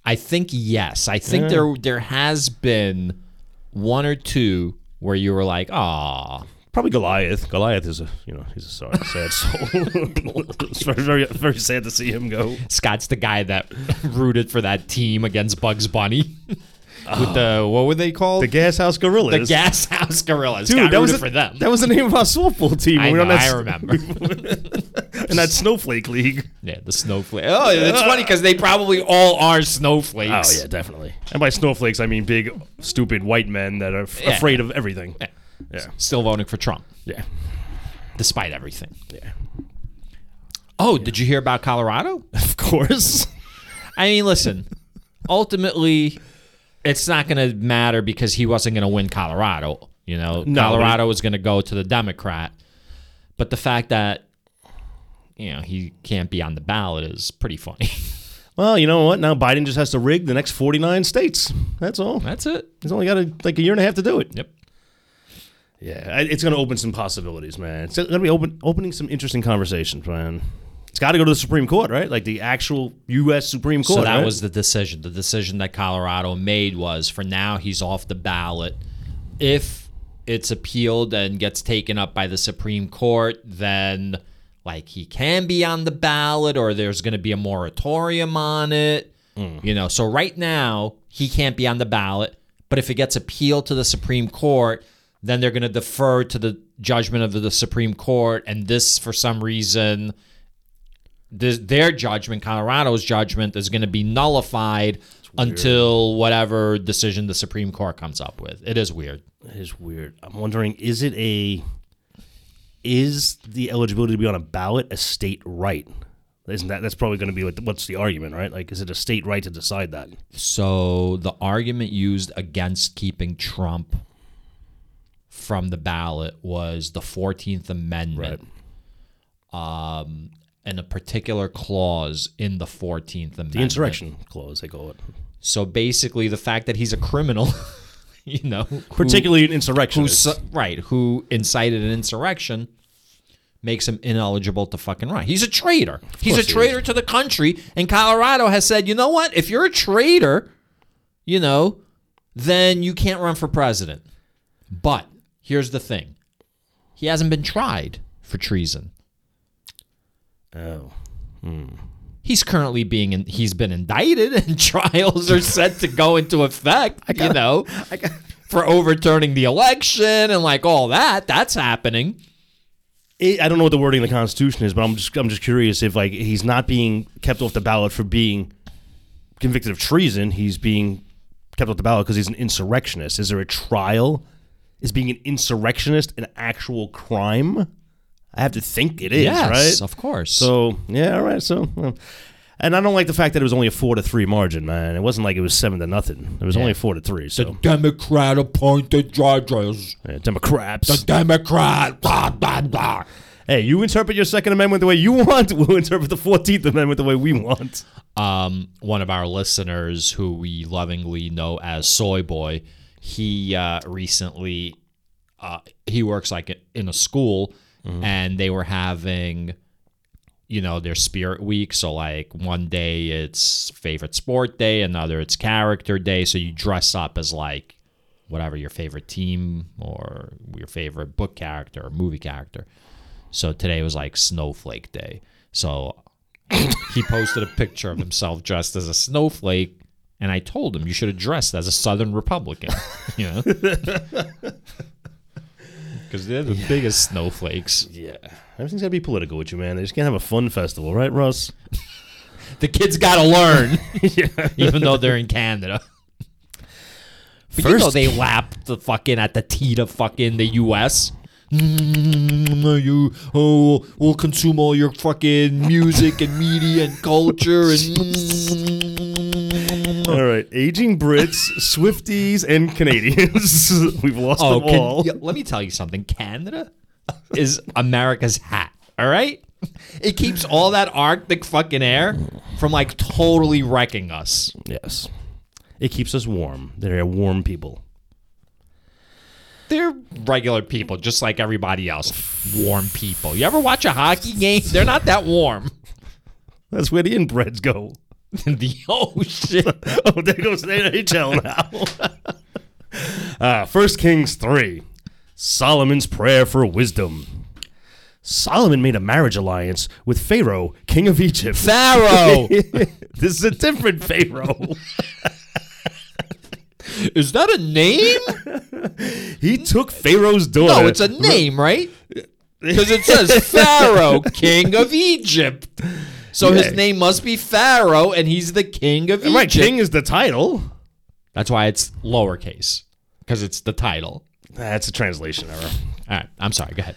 S2: I think yes. I think there there has been one or two where you were like, ah,
S1: Probably Goliath. Goliath is a, you know, he's a sorry, (laughs) sad soul. it's very, very, very sad to see him go.
S2: Scott's the guy that (laughs) rooted for that team against Bugs Bunny (laughs) with the what were they called?
S1: The
S2: The,
S1: Gas House Gorillas.
S2: Gas (laughs) House Gorillas.
S1: Dude,
S2: Scott
S1: that was
S2: rooted
S1: the-
S2: for them.
S1: That was the name of our softball team.
S2: I,
S1: We
S2: know,
S1: were on that,
S2: I
S1: s-
S2: remember. (laughs)
S1: In that Snowflake League.
S2: yeah, the snowflake. Oh, it's funny because they probably all are snowflakes.
S1: definitely. And by snowflakes, I mean big, stupid white men that are f-
S2: Yeah.
S1: afraid of everything. Yeah.
S2: Still voting for Trump
S1: Yeah.
S2: despite everything.
S1: Yeah.
S2: Oh, did you hear about Colorado?
S1: (laughs) Of course.
S2: I mean, listen, ultimately, it's not going to matter because he wasn't going to win Colorado. You know,
S1: No,
S2: Colorado was going to go to the Democrat. But the fact that, you know, he can't be on the ballot is pretty funny.
S1: Well, you know what? Now Biden just has to rig the next 49 states. That's all.
S2: That's it.
S1: He's only got a, like a year and a half to do it.
S2: Yep.
S1: Yeah, I- it's going to open some possibilities, man. It's going to be open, opening some interesting conversations, man. It's got to go to the Supreme Court, right? Like the actual U.S. Supreme Court.
S2: So that
S1: right?
S2: was the decision. The decision that Colorado made was for now he's off the ballot. If it's appealed and gets taken up by the Supreme Court, then like he can be on the ballot or there's going to be a moratorium on it.
S1: Hmm.
S2: You know, so right now he can't be on the ballot, but if it gets appealed to the Supreme Court, then they're going to defer to the judgment of the Supreme Court and this for some reason this, their judgment, Colorado's judgment, is going to be nullified until whatever decision the Supreme Court comes up with. It is weird.
S1: That is weird. I'm wondering, is it a is the eligibility to be on a ballot a state right? Isn't that that's probably going to be what, what's the argument, right? Like, is it a state right to decide that?
S2: So the argument used against keeping Trump from the ballot was the Fourteenth Amendment, um, and a particular clause in the Fourteenth Amendment.
S1: The insurrection clause, they call it.
S2: So basically, the fact that he's a criminal, (laughs) you know, who-
S1: Particularly an
S2: who
S1: insurrectionist.
S2: su- right who incited an insurrection makes him ineligible to fucking run. He's a traitor. He's a
S1: he is.
S2: traitor to the country and Colorado has said, "You know what? If you're a traitor, you know, then you can't run for president." But here's the thing. He hasn't been tried for treason.
S1: oh.
S2: He's currently being in, he's been indicted (laughs) and trials are set to go
S1: (laughs)
S2: into effect, you know, for overturning the election and like all that. That's happening.
S1: It, I don't know what the wording in the Constitution is, but I'm just I'm just curious if like he's not being kept off the ballot for being convicted of treason. He's being kept off the ballot because he's an insurrectionist. Is there a trial? Is being an insurrectionist an actual crime? I have to think it is,
S2: Yes,
S1: right?
S2: of course.
S1: So yeah, all right. So, well, and I don't like the fact that it was only a four to three margin, man. It wasn't like it was seven to nothing. It was only a four to three. So
S2: Democrat appointed judges.
S1: yeah, Democrats.
S2: Democrat. Blah, blah, blah.
S1: Hey, you interpret your Second Amendment the way you (laughs) want. We'll interpret the Fourteenth Amendment the way we want.
S2: um, one of our listeners who we lovingly know as Soy Boy, he uh, recently uh, he works like in a school, and they were having, you know, their Spirit Week. So like one day it's favorite sport day, another it's character day. So you dress up as like whatever your favorite team or your favorite book character or movie character. So today was like Snowflake Day. So he posted a picture of himself dressed as a snowflake and i told him you should have dressed as a southern republican (laughs) you know because they're the biggest snowflakes
S1: Yeah, everything's gotta be political with you, man. They just can't have a fun festival, right, Russ?
S2: the kids gotta learn even though they're in canada but you know
S1: First-
S2: they lap the fucking at the teat of fucking the us Mm, you (laughs) oh we'll consume all your fucking music and media and culture and
S1: All right, aging Brits, Swifties, and Canadians. (laughs) We've lost
S2: Oh,
S1: them
S2: can-
S1: all.
S2: yeah, let me tell you something. (laughs) Canada is America's hat. All right, it keeps all that Arctic fucking air from like totally wrecking us.
S1: Yes, it keeps us warm. They're warm people.
S2: They're regular people, just like everybody else. Warm people. You ever watch a hockey game? They're not that warm.
S1: That's where the inbreds go.
S2: (laughs)
S1: (laughs)
S2: the (laughs) oh shit.
S1: oh, there goes the NHL now. (laughs) uh, First Kings 3 Solomon's Prayer for Wisdom. Solomon made a marriage alliance with Pharaoh, king of Egypt.
S2: (laughs)
S1: (laughs)
S2: Pharaoh,
S1: this is a different Pharaoh.
S2: is that a name?
S1: he took Pharaoh's daughter.
S2: No, it's a name, right? (laughs) Because it says Pharaoh, king of Egypt. So
S1: Yeah.
S2: his name must be Pharaoh, and he's the king of
S1: Right,
S2: Egypt.
S1: king is the title.
S2: That's why it's lowercase, because it's the title.
S1: That's a translation error.
S2: All right, I'm sorry. Go ahead.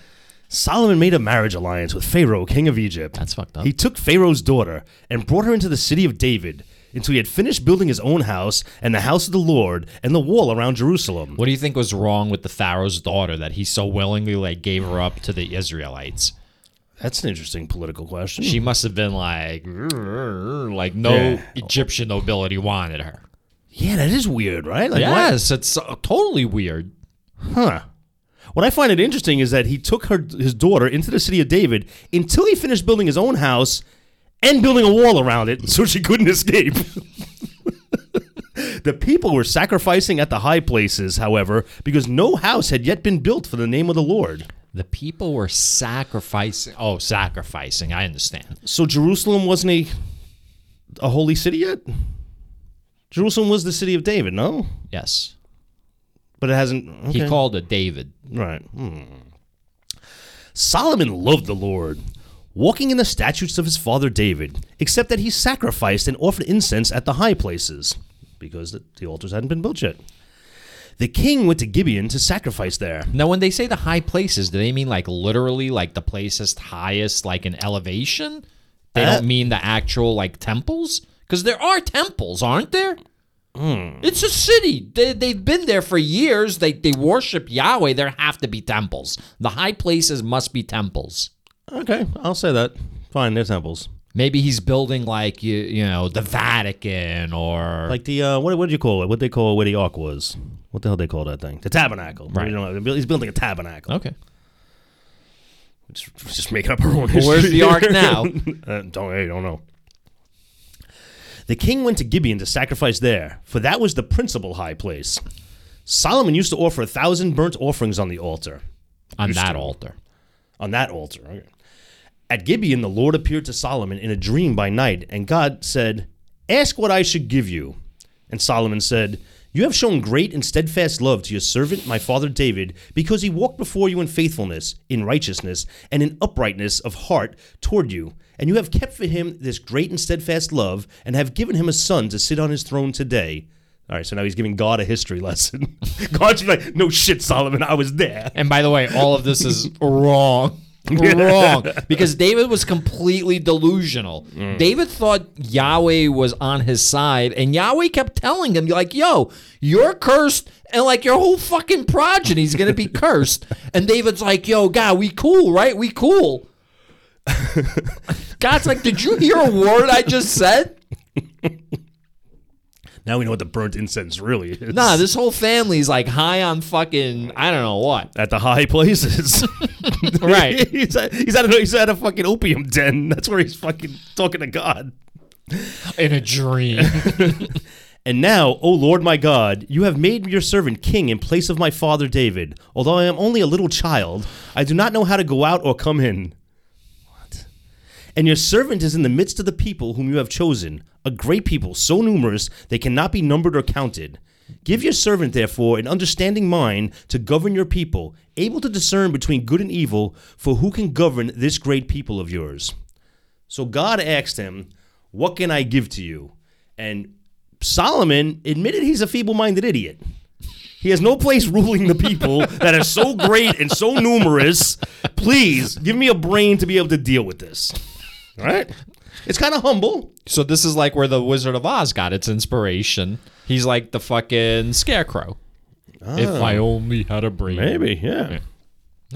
S1: Solomon made a marriage alliance with Pharaoh, king of Egypt.
S2: That's fucked up.
S1: He took Pharaoh's daughter and brought her into the city of David until he had finished building his own house and the house of the Lord and the wall around Jerusalem.
S2: What do you think was wrong with the Pharaoh's daughter that he so willingly like gave her up to the Israelites?
S1: That's an interesting political question.
S2: She must have been like, "Grr," like no
S1: Yeah.
S2: Egyptian nobility wanted her.
S1: yeah, that is weird, right? Like, why-
S2: Yes, it's uh, totally weird.
S1: huh. What I find it interesting is that he took her, his daughter into the city of David until he finished building his own house and building a wall around it so she couldn't escape. (laughs) the people were sacrificing at the high places, however, because no house had yet been built for the name of the Lord.
S2: The people were sacrificing. Oh, sacrificing. I understand.
S1: So Jerusalem wasn't a a holy city yet. Jerusalem was the city of David, no,
S2: Yes.
S1: but it hasn't. Okay.
S2: He called it David.
S1: right. Hmm. Solomon loved the Lord, walking in the statutes of his father David, except that he sacrificed and offered incense at the high places because the, the altars hadn't been built yet. The king went to Gibeon to sacrifice there.
S2: Now, when they say the high places, do they mean like literally like the places highest, like in elevation? They
S1: Uh,
S2: don't mean the actual like temples? Because there are temples, aren't there? It's a city. They, they've been there for years. They, they worship Yahweh. There have to be temples. The high places must be temples.
S1: Okay, I'll say that. Fine, they're temples.
S2: Maybe he's building like you, you know the Vatican or
S1: like the uh, what what did you call it? What they call where the ark was? What the hell they call that thing? The tabernacle.
S2: Right.
S1: You know, he's building a tabernacle.
S2: okay.
S1: Just, just making up our own.
S2: Well, where's
S1: history.
S2: the ark now?
S1: (laughs) uh, don't I don't know. The king went to Gibeon to sacrifice there, for that was the principal high place. Solomon used to offer a thousand burnt offerings on the altar.
S2: on that altar.
S1: on that altar. Okay. At Gibeon, the Lord appeared to Solomon in a dream by night, and God said, Ask what I should give you. And Solomon said, You have shown great and steadfast love to your servant, my father David, because he walked before you in faithfulness, in righteousness, and in uprightness of heart toward you. And you have kept for him this great and steadfast love, and have given him a son to sit on his throne today. All right, so now he's giving God a history (laughs) lesson. God should be like, No shit, Solomon, I was there.
S2: And by the way, all of this is wrong. wrong because David was completely delusional. David thought Yahweh was on his side, and Yahweh kept telling him, like, yo, you're cursed, and like your whole fucking progeny's gonna be cursed. And David's like, yo, God, we cool, right? We cool. God's like, did you hear a word I just said?
S1: Now we know what the burnt incense really is.
S2: Nah, this whole family's like high on fucking I don't know what.
S1: at the high places. (laughs)
S2: Right.
S1: he's, at, he's, at a, he's at a fucking opium den. That's where he's fucking talking to God.
S2: (laughs) In a dream.
S1: And now, O Lord my God, you have made your servant king in place of my father David. Although I am only a little child, I do not know how to go out or come in. What? And your servant is in the midst of the people whom you have chosen, a great people, so numerous they cannot be numbered or counted. Give your servant, therefore, an understanding mind to govern your people, able to discern between good and evil, for who can govern this great people of yours? So God asked him, What can I give to you? And Solomon admitted he's a feeble minded idiot. He has no place (laughs) ruling the people that are so great and so numerous. Please give me a brain to be able to deal with this. All right? It's kind of humble.
S2: So this is like where the Wizard of Oz got its inspiration. He's like the fucking scarecrow. If I
S1: Oh.
S2: only had a brain.
S1: yeah.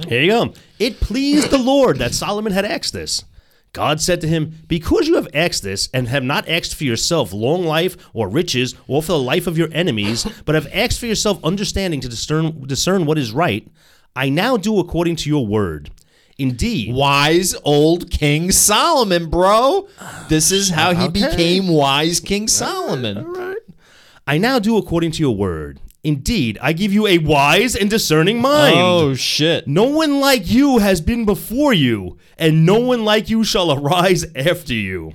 S1: Here you go. It pleased the Lord that Solomon had asked this. God said to him, Because you have asked this, and have not asked for yourself long life or riches or for the life of your enemies, but have asked for yourself understanding to discern, discern what is right, I now do according to your word. Indeed,
S2: Wise old King Solomon, bro. This is how he
S1: Okay.
S2: became wise King Solomon.
S1: All right. I now do according to your word. Indeed, I give you a wise and discerning mind.
S2: Oh shit.
S1: No one like you has been before you, and no one like you shall arise (laughs) after you.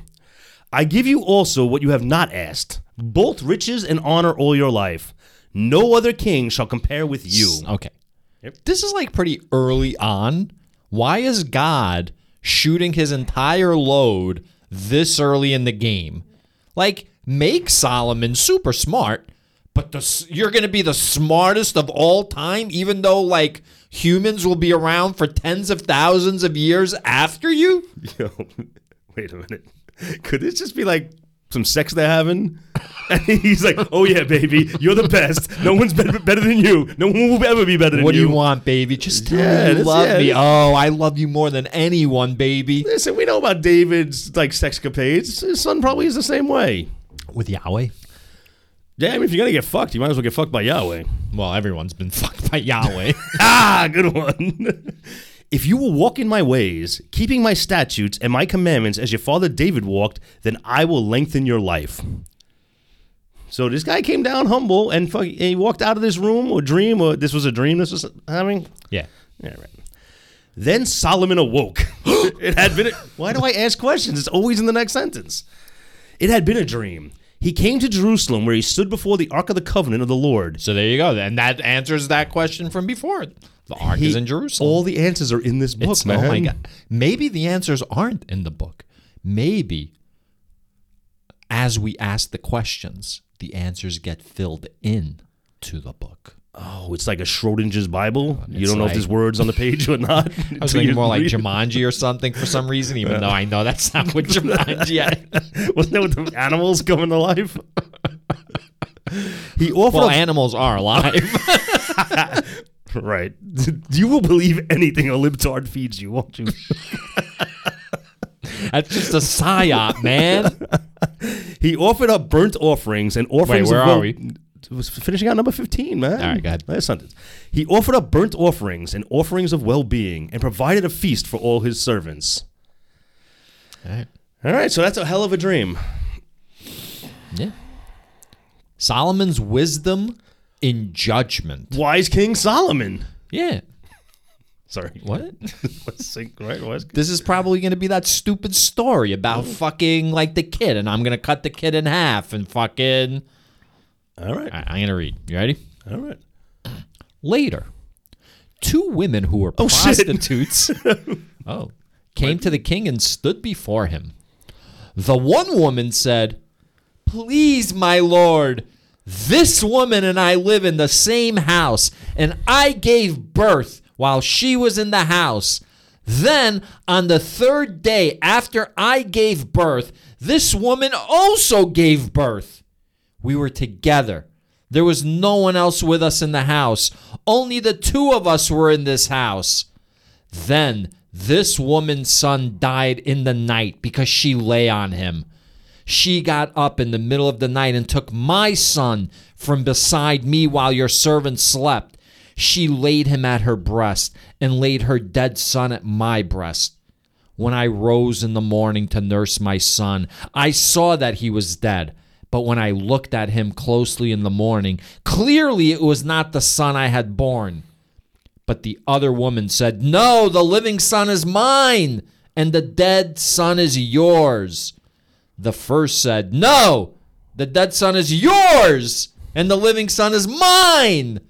S1: I give you also what you have not asked both riches and honor all your life. No other king shall compare with you.
S2: Okay. This is like pretty early on. Why is God shooting his entire load this early in the game? Like, make Solomon super smart, but the, s- you're going to be the smartest of all time, even though, like, humans will be around for tens of thousands of years after you?
S1: (laughs) Yo, wait a minute. Could this just be like some sex they're having? (laughs) And he's like, "Oh yeah, baby, you're the best. No one's better, better than you. No one will ever be better than
S2: What do
S1: you."
S2: you want, baby? Just tell
S1: Yeah,
S2: me you
S1: this-
S2: love
S1: yeah,
S2: me.
S1: this-
S2: Oh, I love you more than anyone, baby.
S1: Listen, we know about David's like sexcapades. His son probably is the same way.
S2: With Yahweh?
S1: Yeah, I mean, if you're gonna get fucked, you might as well get fucked by Yahweh.
S2: Well, everyone's been (laughs) fucked by Yahweh.
S1: (laughs) ah, good one. (laughs) if you will walk in my ways, keeping my statutes and my commandments as your father David walked, then I will lengthen your life. So this guy came down humble and, fuck, and he walked out of this room or dream or this was a dream this was having.
S2: yeah.
S1: Yeah, right. Then Solomon (gasps) awoke. it had been. A, why do I ask questions? It's always in the next sentence. It had been a dream. He came to Jerusalem where he stood before the Ark of the Covenant of the Lord.
S2: So there you go. And that answers that question from before. The ark is
S1: He-
S2: in Jerusalem.
S1: All the answers are in this book,
S2: It's-
S1: man.
S2: Oh my God. Maybe the answers aren't in the book. Maybe as we ask the questions, the answers get filled in to the book.
S1: Oh, it's like a Schrodinger's Bible. you
S2: It's
S1: don't know if
S2: like-
S1: there's words on the page or (laughs) not.
S2: I was thinking more like Jumanji or something for some reason, even though I know that's not (laughs) what
S1: (laughs)
S2: Jumanji is.
S1: (laughs) Wasn't that with the animals coming to life? he offered
S2: Well,
S1: up-
S2: animals are alive. (laughs)
S1: Right. (laughs) You will believe anything a libtard feeds you, won't you?
S2: That's just a psyop, man.
S1: (laughs) He offered up burnt offerings and offerings.
S2: where
S1: of
S2: are
S1: wil-
S2: we?
S1: Was finishing out number fifteen, man.
S2: All right, go ahead.
S1: Last sentence. He offered up burnt offerings and offerings of well-being, and provided a feast for all his servants. All right, so that's a hell of a dream.
S2: Yeah. Solomon's wisdom in judgment.
S1: Wise King Solomon.
S2: Yeah.
S1: Sorry, (laughs)
S2: What?
S1: Let's think, right? Wise King.
S2: (laughs) this is probably going to be that stupid story about fucking like the kid, and I'm going to cut the kid in half and fucking.
S1: All right,
S2: I- I'm going to read. You ready?
S1: all right.
S2: Later, two women who were
S1: shit.
S2: prostitutes oh, came to the king and stood before him. The one woman said, Please, my lord, this woman and I live in the same house, and I gave birth while she was in the house. Then, on the third day after I gave birth, this woman also gave birth. We were together. There was no one else with us in the house. Only the two of us were in this house. Then this woman's son died in the night because she lay on him. She got up in the middle of the night and took my son from beside me while your servant slept. She laid him at her breast and laid her dead son at my breast. When I rose in the morning to nurse my son, I saw that he was dead. But when I looked at him closely in the morning, clearly it was not the son I had born. But the other woman said, No, the living son is mine, and the dead son is yours. The first said, No, the dead son is yours, and the living son is mine.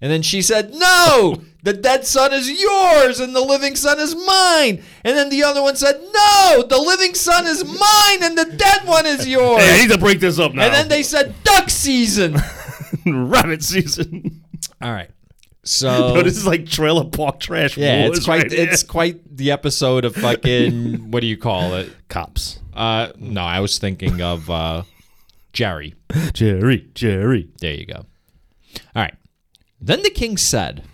S2: And then she said, No, the dead son is yours, and the living son is mine. And then the other one said, No, the living son is mine, and the dead one is yours.
S1: Hey, I need to break this up now.
S2: and then they said, Duck season.
S1: (laughs) rabbit season.
S2: All right. So.
S1: Yo, this is like trailer park trash.
S2: Oh. Yeah,
S1: wars
S2: it's quite
S1: right here.
S2: it's quite the episode
S1: (laughs)
S2: of fucking what do you call it?
S1: cops.
S2: Uh, no, I was thinking of uh, Jerry.
S1: Jerry, Jerry.
S2: There you go. All right. Then the king said,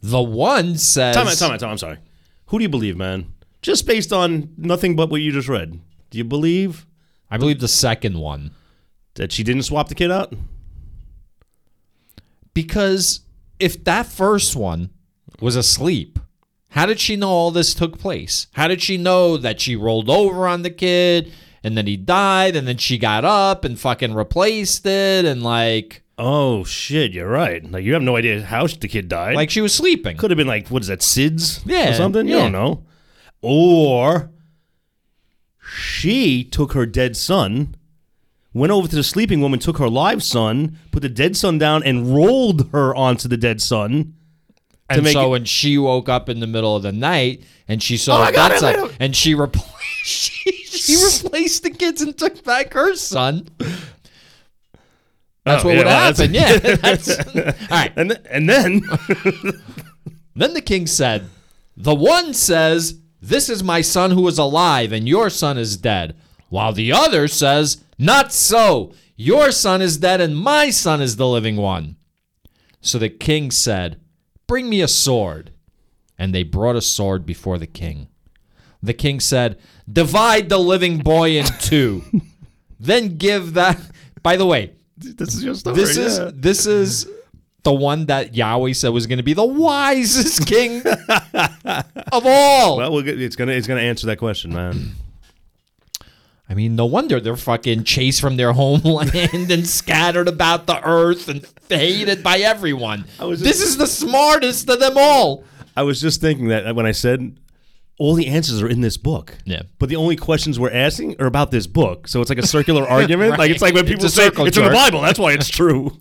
S2: "The one says,
S1: Time out, time out, time. out. I'm sorry. Who do you believe, man? Just based on nothing but what you just read, do you believe
S2: I believe the second one
S1: that she didn't swap the kid out?
S2: because if that first one was asleep." How did she know all this took place? How did she know that she rolled over on the kid and then he died and then she got up and fucking replaced it and like
S1: Oh shit, you're right. Like you have no idea how the kid died.
S2: like she was sleeping.
S1: could have been like what is that, SIDS
S2: Yeah,
S1: or something? You
S2: yeah.
S1: don't know. Or she took her dead son, went over to the sleeping woman, took her live son, put the dead son down, and rolled her onto the dead son.
S2: and
S1: make
S2: so
S1: it- Oh
S2: when she woke up in the middle of the night and she saw
S1: my God,
S2: that's
S1: I
S2: a,
S1: made a-
S2: and she replaced (laughs) she,
S1: (laughs)
S2: she replaced the kids and took back her son. That's
S1: Oh,
S2: what
S1: yeah,
S2: would
S1: well, that's- (laughs)
S2: happen. Yeah. that's- (laughs) all right.
S1: And and then
S2: Then the king said, The one says, This is my son who is alive, and your son is dead. While the other says, Not so. Your son is dead, and my son is the living one. So the king said, Bring me a sword. And they brought a sword before the king. The king said, Divide the living boy in two. then give that. By the way,
S1: this is your story.
S2: this is
S1: yeah.
S2: this is the one that Yahweh said was going to be the wisest (laughs) king of all.
S1: well, we'll get, it's gonna it's gonna answer that question, man.
S2: I mean, no wonder they're fucking chased from their (laughs) homeland and scattered about the earth and hated by everyone.
S1: was
S2: this is the smartest of them all.
S1: I was just thinking that when I said all the answers are in this book.
S2: Yeah.
S1: But the only questions we're asking are about this book. So it's like a (laughs) circular argument. Like it's like when
S2: It's
S1: people
S2: a
S1: say
S2: circle
S1: it's in the
S2: jerk."
S1: Bible, that's why (laughs) it's true.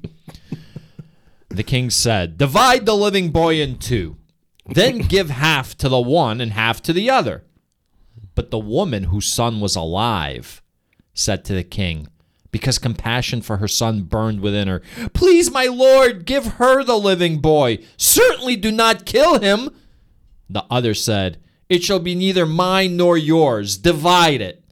S2: The king said, Divide the living boy in two, then give half to the one and half to the other. But the woman whose son was alive said to the king, because compassion for her son burned within her, Please, my lord, give her the living boy. Certainly do not kill him. The other said, It shall be neither mine nor yours. Divide it.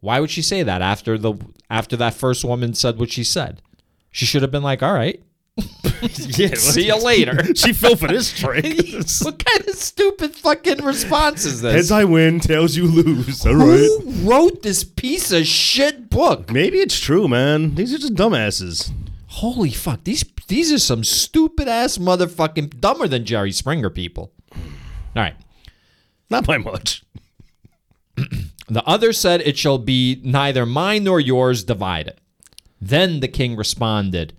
S2: Why would she say that after the after that first woman said what she said? She should have been like, All right, (laughs)
S1: yeah.
S2: See you
S1: (laughs)
S2: later.
S1: she fell for this trick. (laughs)
S2: what kind of stupid fucking response is
S1: Heads
S2: this?
S1: I win, tails you lose. All right.
S2: Who wrote this piece of shit book?
S1: Maybe it's true, man. These are just dumbasses.
S2: Holy fuck, these these are some stupid ass motherfucking dumber than Jerry Springer people. All right.
S1: Not by much.
S2: The other said, It shall be neither mine nor yours, divide it. Then the king responded,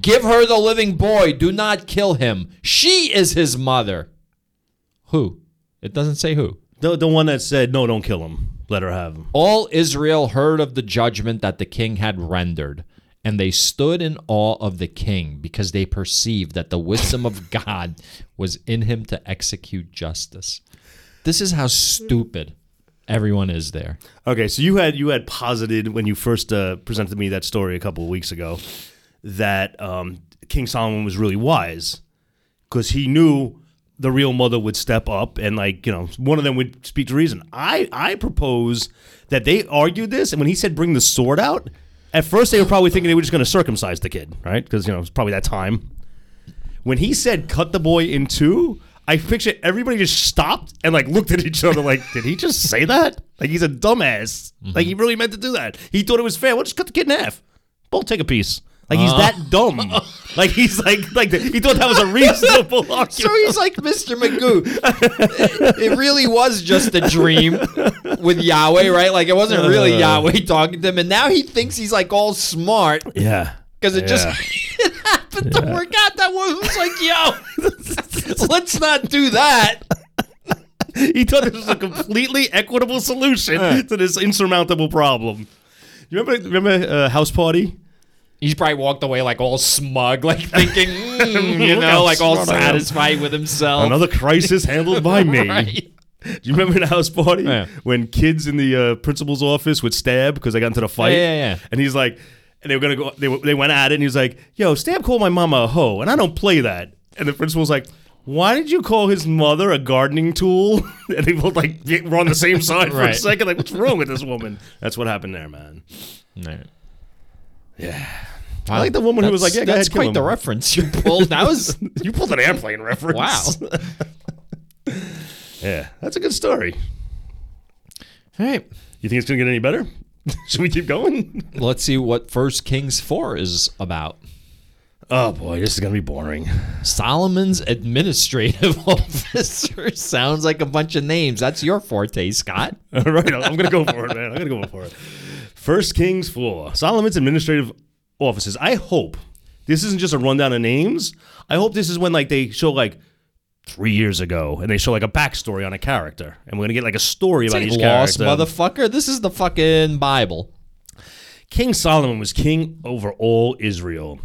S2: Give her the living boy, do not kill him. She is his mother. Who? It doesn't say who.
S1: The, the one that said, no, don't kill him. Let her have him.
S2: All Israel heard of the judgment that the king had rendered, and they stood in awe of the king because they perceived that the wisdom of God was in him to execute justice. This is how stupid everyone is there.
S1: Okay, so you had you had posited when you first uh, presented me that story a couple of weeks ago that um, King Solomon was really wise because he knew the real mother would step up and like you know one of them would speak to reason. I I propose that they argued this, and when he said bring the sword out, at first they were probably thinking they were just going to circumcise the kid, right? Because you know it's probably that time. When he said cut the boy in two, I picture everybody just stopped and like looked at each other like, did he just say that? Like he's a dumbass. Like
S3: Mm-hmm.
S1: he really meant to do that. He thought it was fair. Well, just cut the kid in half. Both take a piece. Like he's
S3: Uh.
S1: that dumb. like he's like like he thought that was
S3: (laughs)
S1: a reasonable argument.
S3: So he's like Mr. Magoo. it really was just a dream with Yahweh, right? Like it wasn't
S2: Uh.
S3: really Yahweh talking to him, and now he thinks he's like all smart
S1: Yeah.
S3: because it just
S1: Yeah.
S2: (laughs)
S3: it happened to work out. That one was like,
S1: (laughs)
S3: yo, let's not do that.
S1: (laughs) he thought this was a completely equitable solution to this insurmountable problem. You remember remember uh, House Party?
S3: He's probably walked away like all smug, like
S1: (laughs)
S3: thinking, mm, you
S1: Look
S3: know,
S1: how
S3: like all
S1: smart I am.
S3: satisfied with himself.
S2: (laughs)
S1: Another crisis handled (laughs) by me. Do (laughs) you remember in House Party
S2: Yeah.
S1: when kids in the uh, principal's office would stab because they got into the fight?
S2: Yeah, yeah, yeah.
S1: And he's like, and they were gonna go. They, were- they went at it, and he was like, "Yo, stab called my mama a hoe, and I don't play that." And the principal's like, "Why did you call his mother a gardening tool?" (laughs) and they both like get- were on the same side for a
S2: Right.
S1: second. Like, what's wrong with this woman? That's what happened there, man.
S2: Alright.
S1: I like the woman who was like,
S2: That's-
S1: "Yeah, go
S2: that's
S1: ahead, kill
S2: quite the
S1: him."
S2: reference you pulled.
S1: (laughs)
S2: That was
S1: You pulled an (laughs) airplane reference.
S2: wow.
S1: yeah, that's a good story.
S2: All right,
S1: You think it's gonna get any better? (laughs) Should we keep going?
S2: let's see what First Kings four is about.
S1: Oh boy, this is gonna be boring.
S2: Solomon's administrative (laughs) officer sounds like a bunch of names. That's your forte, Scott.
S1: (laughs) All right, I'm gonna go for it, man. I'm gonna go for it. First Kings four, Solomon's administrative offices. I hope this isn't just a rundown of names. I hope this is when like they show like three years ago, and they show like a backstory on a character, and we're gonna get like a story about each
S2: Lost
S1: character.
S2: motherfucker. This is the fucking Bible.
S1: King Solomon was king over all Israel,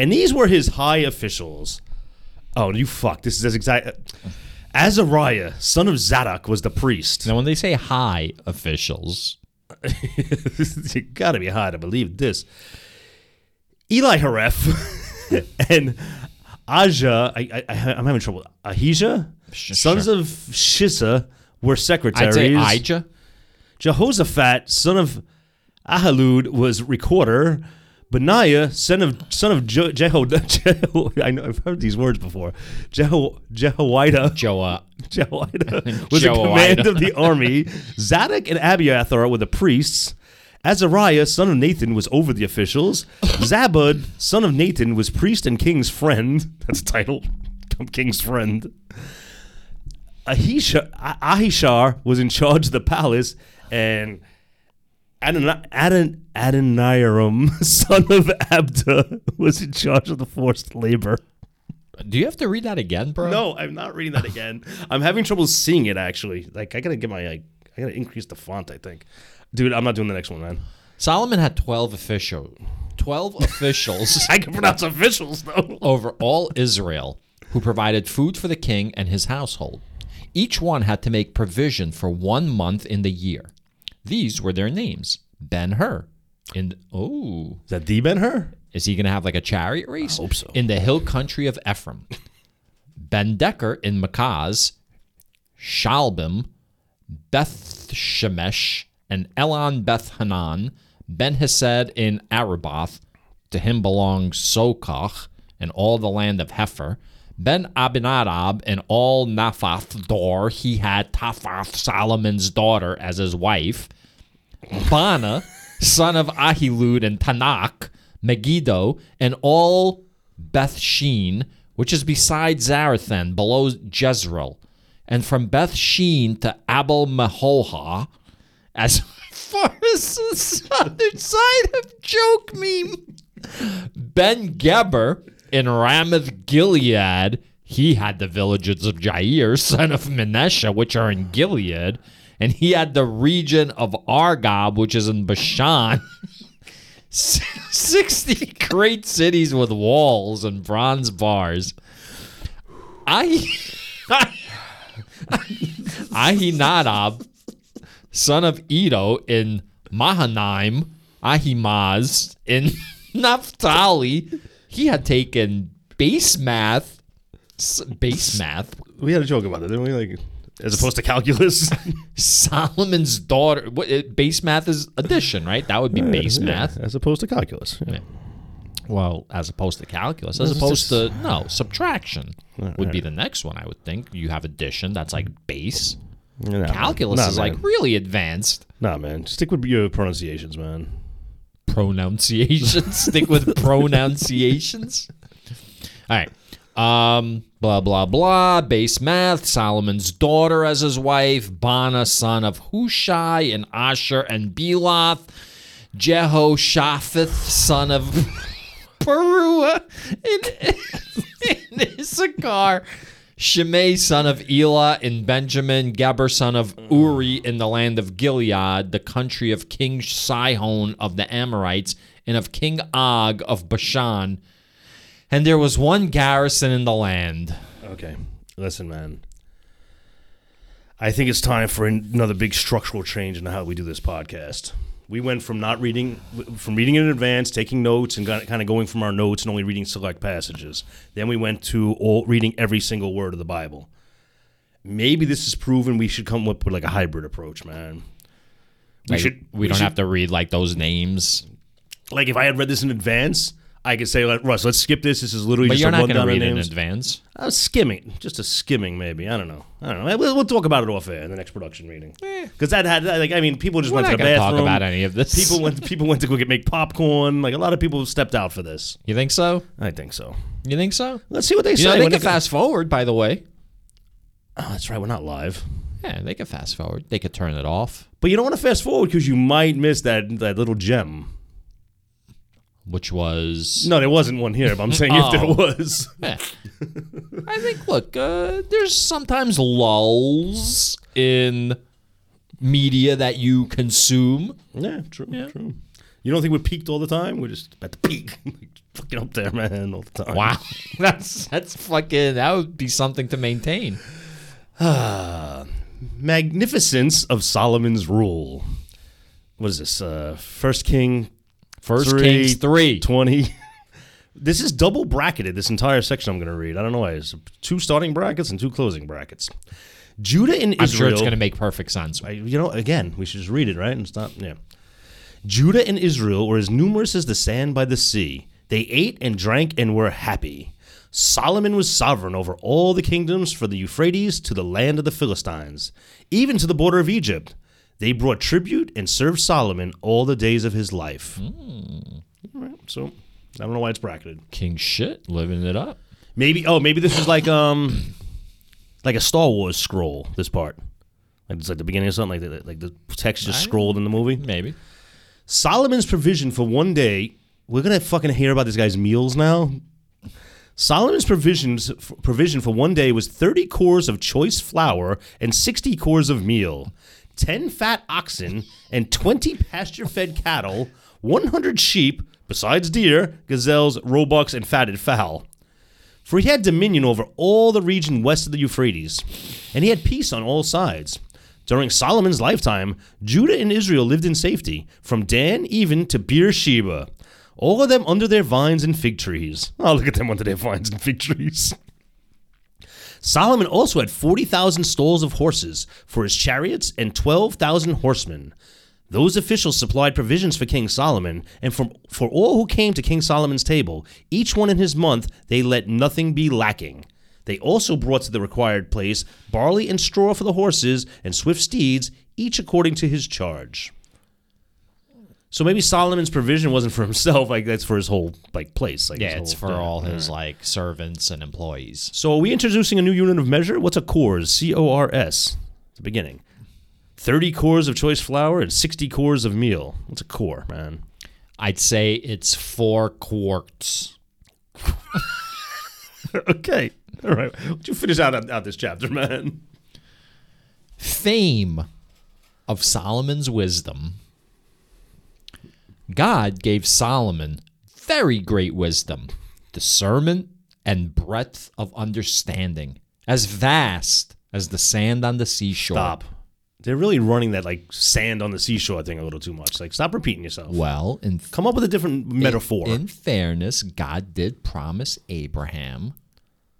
S1: and these were his high officials. Oh, you fuck! This is as exact. Azariah, son of Zadok, was the priest.
S2: Now, when they say high officials,
S1: (laughs) you gotta be hard to believe this. Eli Haref (laughs) and Aja, I, I, I, I'm having trouble. Ahijah, sons of Shissa, were
S2: I'd
S1: secretaries.
S2: say Ijah.
S1: Jehoshaphat, son of Ahalud, was recorder. Benaiah, son of son of Je- Jeho, (laughs) Jeho- I know I've heard these words before. Jeho, Jehoiada,
S2: Joah.
S1: (laughs) Jehoiada was in
S2: Jehoiada.
S1: command of the army. Zadok and Abiathar were the priests. Azariah, son of Nathan, was over the officials. Zabud, son of Nathan, was priest and king's friend. (laughs) That's the title. I'm king's friend. Ahisha, Ah- Ahishar was in charge of the palace, and Adon- Adon- Adoniram, (laughs) son of Abda, (laughs) was in charge of the forced labor.
S2: Do you have to read that again,
S1: (laughs)
S2: bro?
S1: No, I'm not reading that again. I'm having trouble seeing it actually. Like I gotta get my like, I gotta increase the font. I think, dude, I'm not doing the next one, man. (laughs)
S2: Solomon had 12 officials. 12 (laughs) officials
S1: I can pronounce officials though.
S2: over all Israel who provided food for the king and his household. Each one had to make provision for one month in the year. These were their names. Ben Hur. And oh,
S1: Is that D Ben Hur?
S2: is he going to have like a chariot race?
S1: hope so.
S2: In the hill country of Ephraim. ben Decker in Makaz, Shalbim, Beth Shemesh, and Elon Beth Hanan, Ben Hesed in Araboth, to him belongs Sokoch and all the land of Hefer, Ben Abinadab and all Naphath Dor, he had Taphath Solomon's daughter as his wife, Bana, son of Ahilud and Tanakh, Megiddo, and all Beth Sheen, which is beside Zarathan, below Jezreel, and from Beth Sheen to Abel Meholah, as (laughs) far as the southern side of joke meme. Ben Geber in Ramoth Gilead, he had the villages of Jair, (laughs) son of Manasseh, which are in Gilead, and he had the region of Argob, which is in Bashan. (laughs) S- 60 great cities with walls and bronze bars. I. (laughs) Ahinadab, son of Edo in Mahanaim, Ahimaz (laughs) in Naphtali. He had taken base math S- Base math.
S1: We had a joke about that, didn't we? Like, as opposed to (laughs) calculus.
S2: Solomon's daughter. What, it, base math is addition, right? That would be base
S1: Yeah,
S2: math.
S1: As opposed to calculus. Yeah.
S2: Well, as opposed to calculus, as
S1: This is
S2: opposed to
S1: just-
S2: no subtraction would be the next one. I would think you have addition. That's like base.
S1: You know,
S2: Calculus
S1: nah,
S2: is
S1: man.
S2: like really advanced.
S1: Nah, man. Stick with your pronunciations, man.
S2: pronunciations. (laughs) Stick with pronunciations. All right. Um, blah blah blah. Base math. Solomon's daughter as his wife. Bana, son of Hushai and Asher and Beloth. Jehoshaphat, son of (laughs) Perua (laughs) in, in Issachar. Shimei, son of Elah, in Benjamin, Geber, son of Uri, in the land of Gilead, the country of King Sihon of the Amorites, and of King Og of Bashan. And there was one garrison in the land.
S1: Okay. Listen, man. I think it's time for an- another big structural change in how we do this podcast. We went from not reading, from reading in advance, taking notes, and kind of going from our notes and only reading select passages. Then we went to all, reading every single word of the Bible. Maybe this is proven we should come up with like a hybrid approach, man. We
S2: Like,
S1: should.
S2: we, don't have to read like those names.
S1: Like if I had read this in advance, I could say, like, Russ, let's skip this. This is literally
S2: But
S1: just
S2: you're
S1: a
S2: not going
S1: rundown
S2: to
S1: of
S2: read in
S1: names.
S2: advance.
S1: I was Uh, skimming, just a skimming, maybe. I don't know. I don't know. We'll, we'll talk about it off air in the next production meeting. Because that had, that, like, I mean, people just
S2: Eh. We're
S1: went
S2: not
S1: to the
S2: going to talk
S1: bathroom.
S2: about any of this.
S1: people
S2: (laughs)
S1: went. People went to go get make popcorn. Like a lot of people stepped out for this.
S2: you think so?
S1: I think so.
S2: You think so?
S1: Let's see what they
S2: You
S1: say.
S2: know, they
S1: when
S2: can
S1: they-
S2: fast forward, by the way.
S1: oh, that's right. We're not live.
S2: Yeah, they could fast forward. They could turn it off.
S1: But you don't want to fast forward because you might miss that that little gem.
S2: which was
S1: No, there wasn't one here. But I'm saying if there
S2: Oh.
S1: was,
S2: Eh. I think look, uh, there's sometimes lulls in media that you consume.
S1: yeah, true, true. You don't think we're peaked all the time? We're just at the peak, (laughs) fucking up there, man, all the time.
S2: Wow, (laughs) that's that's fucking that would be something to maintain.
S1: Magnificence of Solomon's Rule. What is this? Uh, First King
S2: First
S1: Three.
S2: Kings three.
S1: 20. (laughs) this is double bracketed, this entire section I'm going to read. I don't know why. It's two starting brackets and two closing brackets. Judah and
S2: I'm sure
S1: Israel.
S2: it's going to make perfect sense.
S1: I- you know, again, we should just read it, right? And stop. Yeah. Judah and Israel were as numerous as the sand by the sea. They ate and drank and were happy. Solomon was sovereign over all the kingdoms from the Euphrates to the land of the Philistines, even to the border of Egypt. They brought tribute and served Solomon all the days of his life. All right, so I don't know why it's bracketed.
S2: King shit, living it up.
S1: Maybe oh maybe this is like um like a Star Wars scroll. This part, like it's like the beginning of something like that. Like the text just scrolled in the movie.
S2: Maybe
S1: Solomon's provision for one day. We're gonna fucking hear about this guy's meals now. Solomon's provisions f- provision for one day was thirty cores of choice flour and sixty cores of meal, ten fat oxen and twenty pasture-fed cattle, one hundred sheep besides deer, gazelles, roebucks, and fatted fowl for he had dominion over all the region west of the Euphrates, and he had peace on all sides. During Solomon's lifetime, Judah and Israel lived in safety, from Dan even to Beersheba, all of them under their vines and fig trees. Oh, look at them under their vines and fig trees. Solomon also had 40,000 stalls of horses for his chariots and 12,000 horsemen. Those officials supplied provisions for King Solomon, and for, for all who came to King Solomon's table, each one in his month, they let nothing be lacking. They also brought to the required place barley and straw for the horses and swift steeds, each according to his charge. So maybe Solomon's provision wasn't for himself, like that's for his whole like place. Like his
S2: yeah, it's
S1: whole
S2: for
S1: thing.
S2: all his like servants and employees.
S1: So are we introducing a new unit of measure? What's a cores? C O R S. The beginning. Thirty cores of choice flour and sixty cores of meal. What's a core, man?
S2: I'd say it's four quarts.
S1: okay. All right. Why don't you finish out, out this chapter, man?
S2: fame of Solomon's wisdom. God gave Solomon very great wisdom, discernment, and breadth of understanding, as vast as the sand on the seashore.
S1: Stop. They're really running that like sand on the seashore thing a little too much. Like stop repeating yourself.
S2: Well, in
S1: Come up with a different metaphor.
S2: In fairness, God did promise Abraham,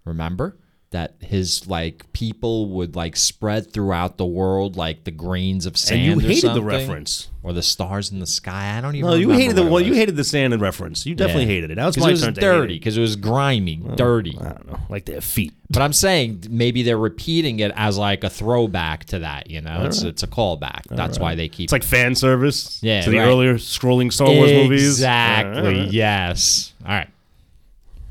S2: remember, that his like people would like spread throughout the world like the grains of sand.
S1: And you
S2: or
S1: hated the
S2: something.
S1: reference.
S2: or the stars in the sky. I don't even.
S1: No, you
S2: remember
S1: hated the
S2: what it
S1: one. You
S2: was.
S1: hated the sand reference. You definitely
S2: Yeah.
S1: hated it. That was
S2: 'Cause
S1: my
S2: it was
S1: turn to Oh, hate it.
S2: dirty because it was grimy, dirty.
S1: I don't know, like their feet.
S2: But I'm saying maybe they're repeating it as like a throwback to that. You know, it's it's a callback. That's why they keep
S1: It's like fan service
S2: Yeah,
S1: to the
S2: right.
S1: earlier scrolling Star Wars movies.
S2: Exactly.
S1: Yeah.
S2: Yes. All right.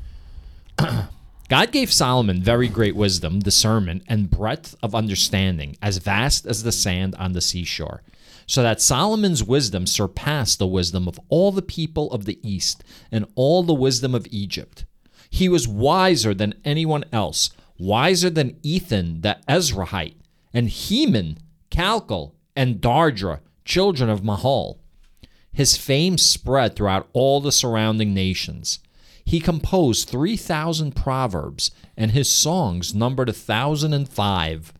S2: (clears throat) God gave Solomon very great wisdom, discernment, and breadth of understanding, as vast as the sand on the seashore, so that Solomon's wisdom surpassed the wisdom of all the people of the East and all the wisdom of Egypt. He was wiser than anyone else, wiser than Ethan the Ezrahite, and Heman, Calcol, and Dardra, children of Mahol. His fame spread throughout all the surrounding nations. He composed 3,000 proverbs, and his songs numbered 1,005.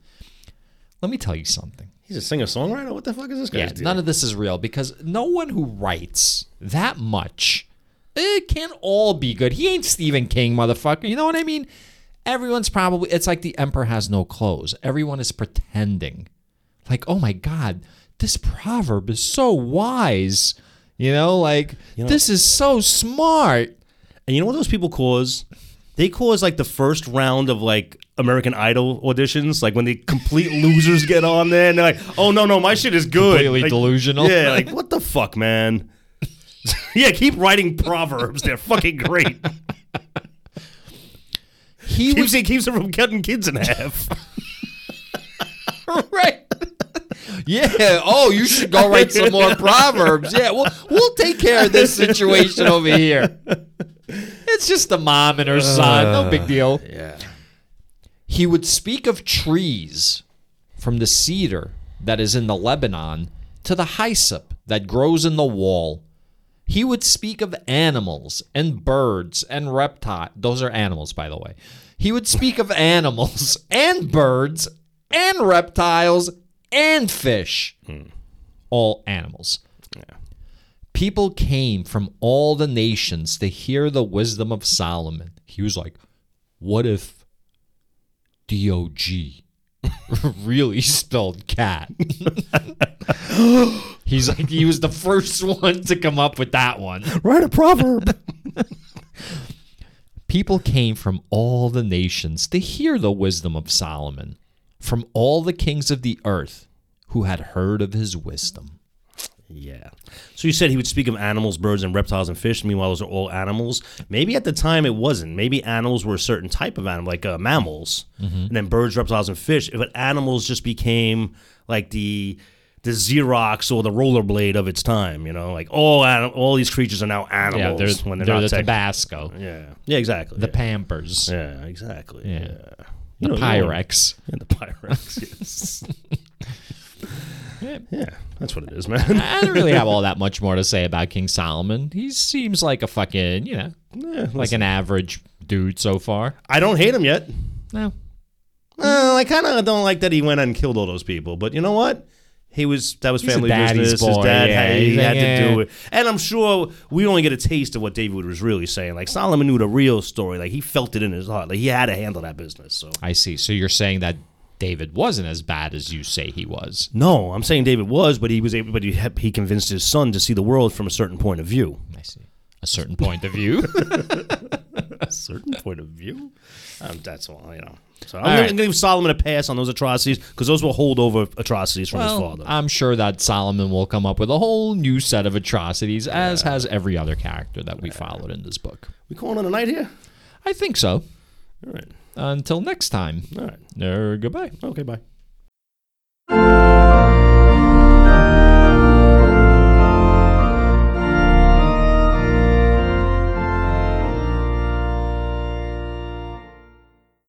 S2: Let me tell you something.
S1: He's a singer songwriter. What the fuck is this guy?
S2: Yeah, none of this is real because no one who writes that much, it can't all be good. He ain't Stephen King, motherfucker. You know what I mean? Everyone's probably, it's like the emperor has no clothes. Everyone is pretending. Like, oh my God, this proverb is so wise. You know, like, this is so smart.
S1: And you know what those people cause? They cause like the first round of like American Idol auditions, like when the
S2: (laughs)
S1: complete losers get on there and they're like, "Oh no, no, my shit is good."
S2: Completely
S1: Like,
S2: delusional.
S1: Yeah,
S2: (laughs)
S1: like what the fuck, man? (laughs) yeah, keep writing proverbs. They're fucking great.
S2: (laughs) He was
S1: keeps it keeps it from cutting kids in half.
S2: (laughs) right.
S3: Yeah. Oh, you should go write some
S2: (laughs)
S3: more proverbs. Yeah. We'll we'll take care of this situation over here.
S2: It's just the mom and her son. No big deal. Uh, Yeah. He would speak of trees from the cedar that is in the Lebanon to the hyssop that grows in the wall. He would speak of animals and birds and reptiles. Those are animals, by the way. He would speak of animals (laughs) and birds and reptiles and fish. All animals. People came from all the nations to hear the wisdom of Solomon. He was like, What if DOG (laughs) really spelled cat? He's like, He was the first (laughs) one to come up with that one.
S1: Write a (laughs) proverb.
S2: People came from all the nations to hear the wisdom of Solomon, from all the kings of the earth who had heard of his wisdom.
S1: Yeah. So you said he would speak of animals, birds, and reptiles and fish. Meanwhile, those are all animals. Maybe at the time it wasn't. Maybe animals were a certain type of animal, like uh, mammals,
S2: Mm-hmm.
S1: and then birds, reptiles, and fish. But animals just became like the the Xerox or the rollerblade of its time. You know, like all anim- all these creatures are now animals
S2: yeah,
S1: when they're
S2: they're, they're
S1: not
S2: the
S1: tech-
S2: Tabasco,
S1: Yeah. Yeah. Exactly.
S2: the Pampers,
S1: yeah. Exactly.
S2: Yeah.
S1: You
S2: the
S1: know, you know- (laughs)
S2: Pyrex.
S1: Yeah, the
S2: (laughs)
S1: Pyrex. Yes. yeah. That's what it is, man. (laughs)
S2: I don't really have all that much more to say about King Solomon. He seems like a fucking, you know,
S1: Yeah,
S2: like an average dude so far.
S1: I don't hate him yet.
S2: No.
S1: Uh, I kind of don't like that he went and killed all those people, but you know what? He was that was
S2: a
S1: family
S2: daddy's
S1: business.
S2: boy,
S1: His dad
S2: yeah.
S1: had, he
S2: He's
S1: had
S2: like,
S1: to do
S2: "Eh."
S1: it, and I'm sure we only get a taste of what David was really saying. Like Solomon knew the real story. Like he felt it in his heart. Like he had to handle that business. So
S2: I see. So you're saying that David wasn't as bad as you say he was.
S1: no, I'm saying David was, but he was able. But he had- he convinced his son to see the world from a certain point of view.
S2: I see. A certain point
S1: (laughs)
S2: of view.
S1: A certain point of view. Um, that's all you know. So I'm,
S2: All
S1: gonna,
S2: right.
S1: I'm gonna give Solomon a pass on those atrocities because those were holdover atrocities from his
S2: well,
S1: father.
S2: I'm sure that Solomon will come up with a whole new set of atrocities, as has every other character that we followed in this book.
S1: we calling it a night here.
S2: I think so.
S1: All right.
S2: Until next time.
S1: All right.
S2: Er, goodbye.
S1: Okay. Bye.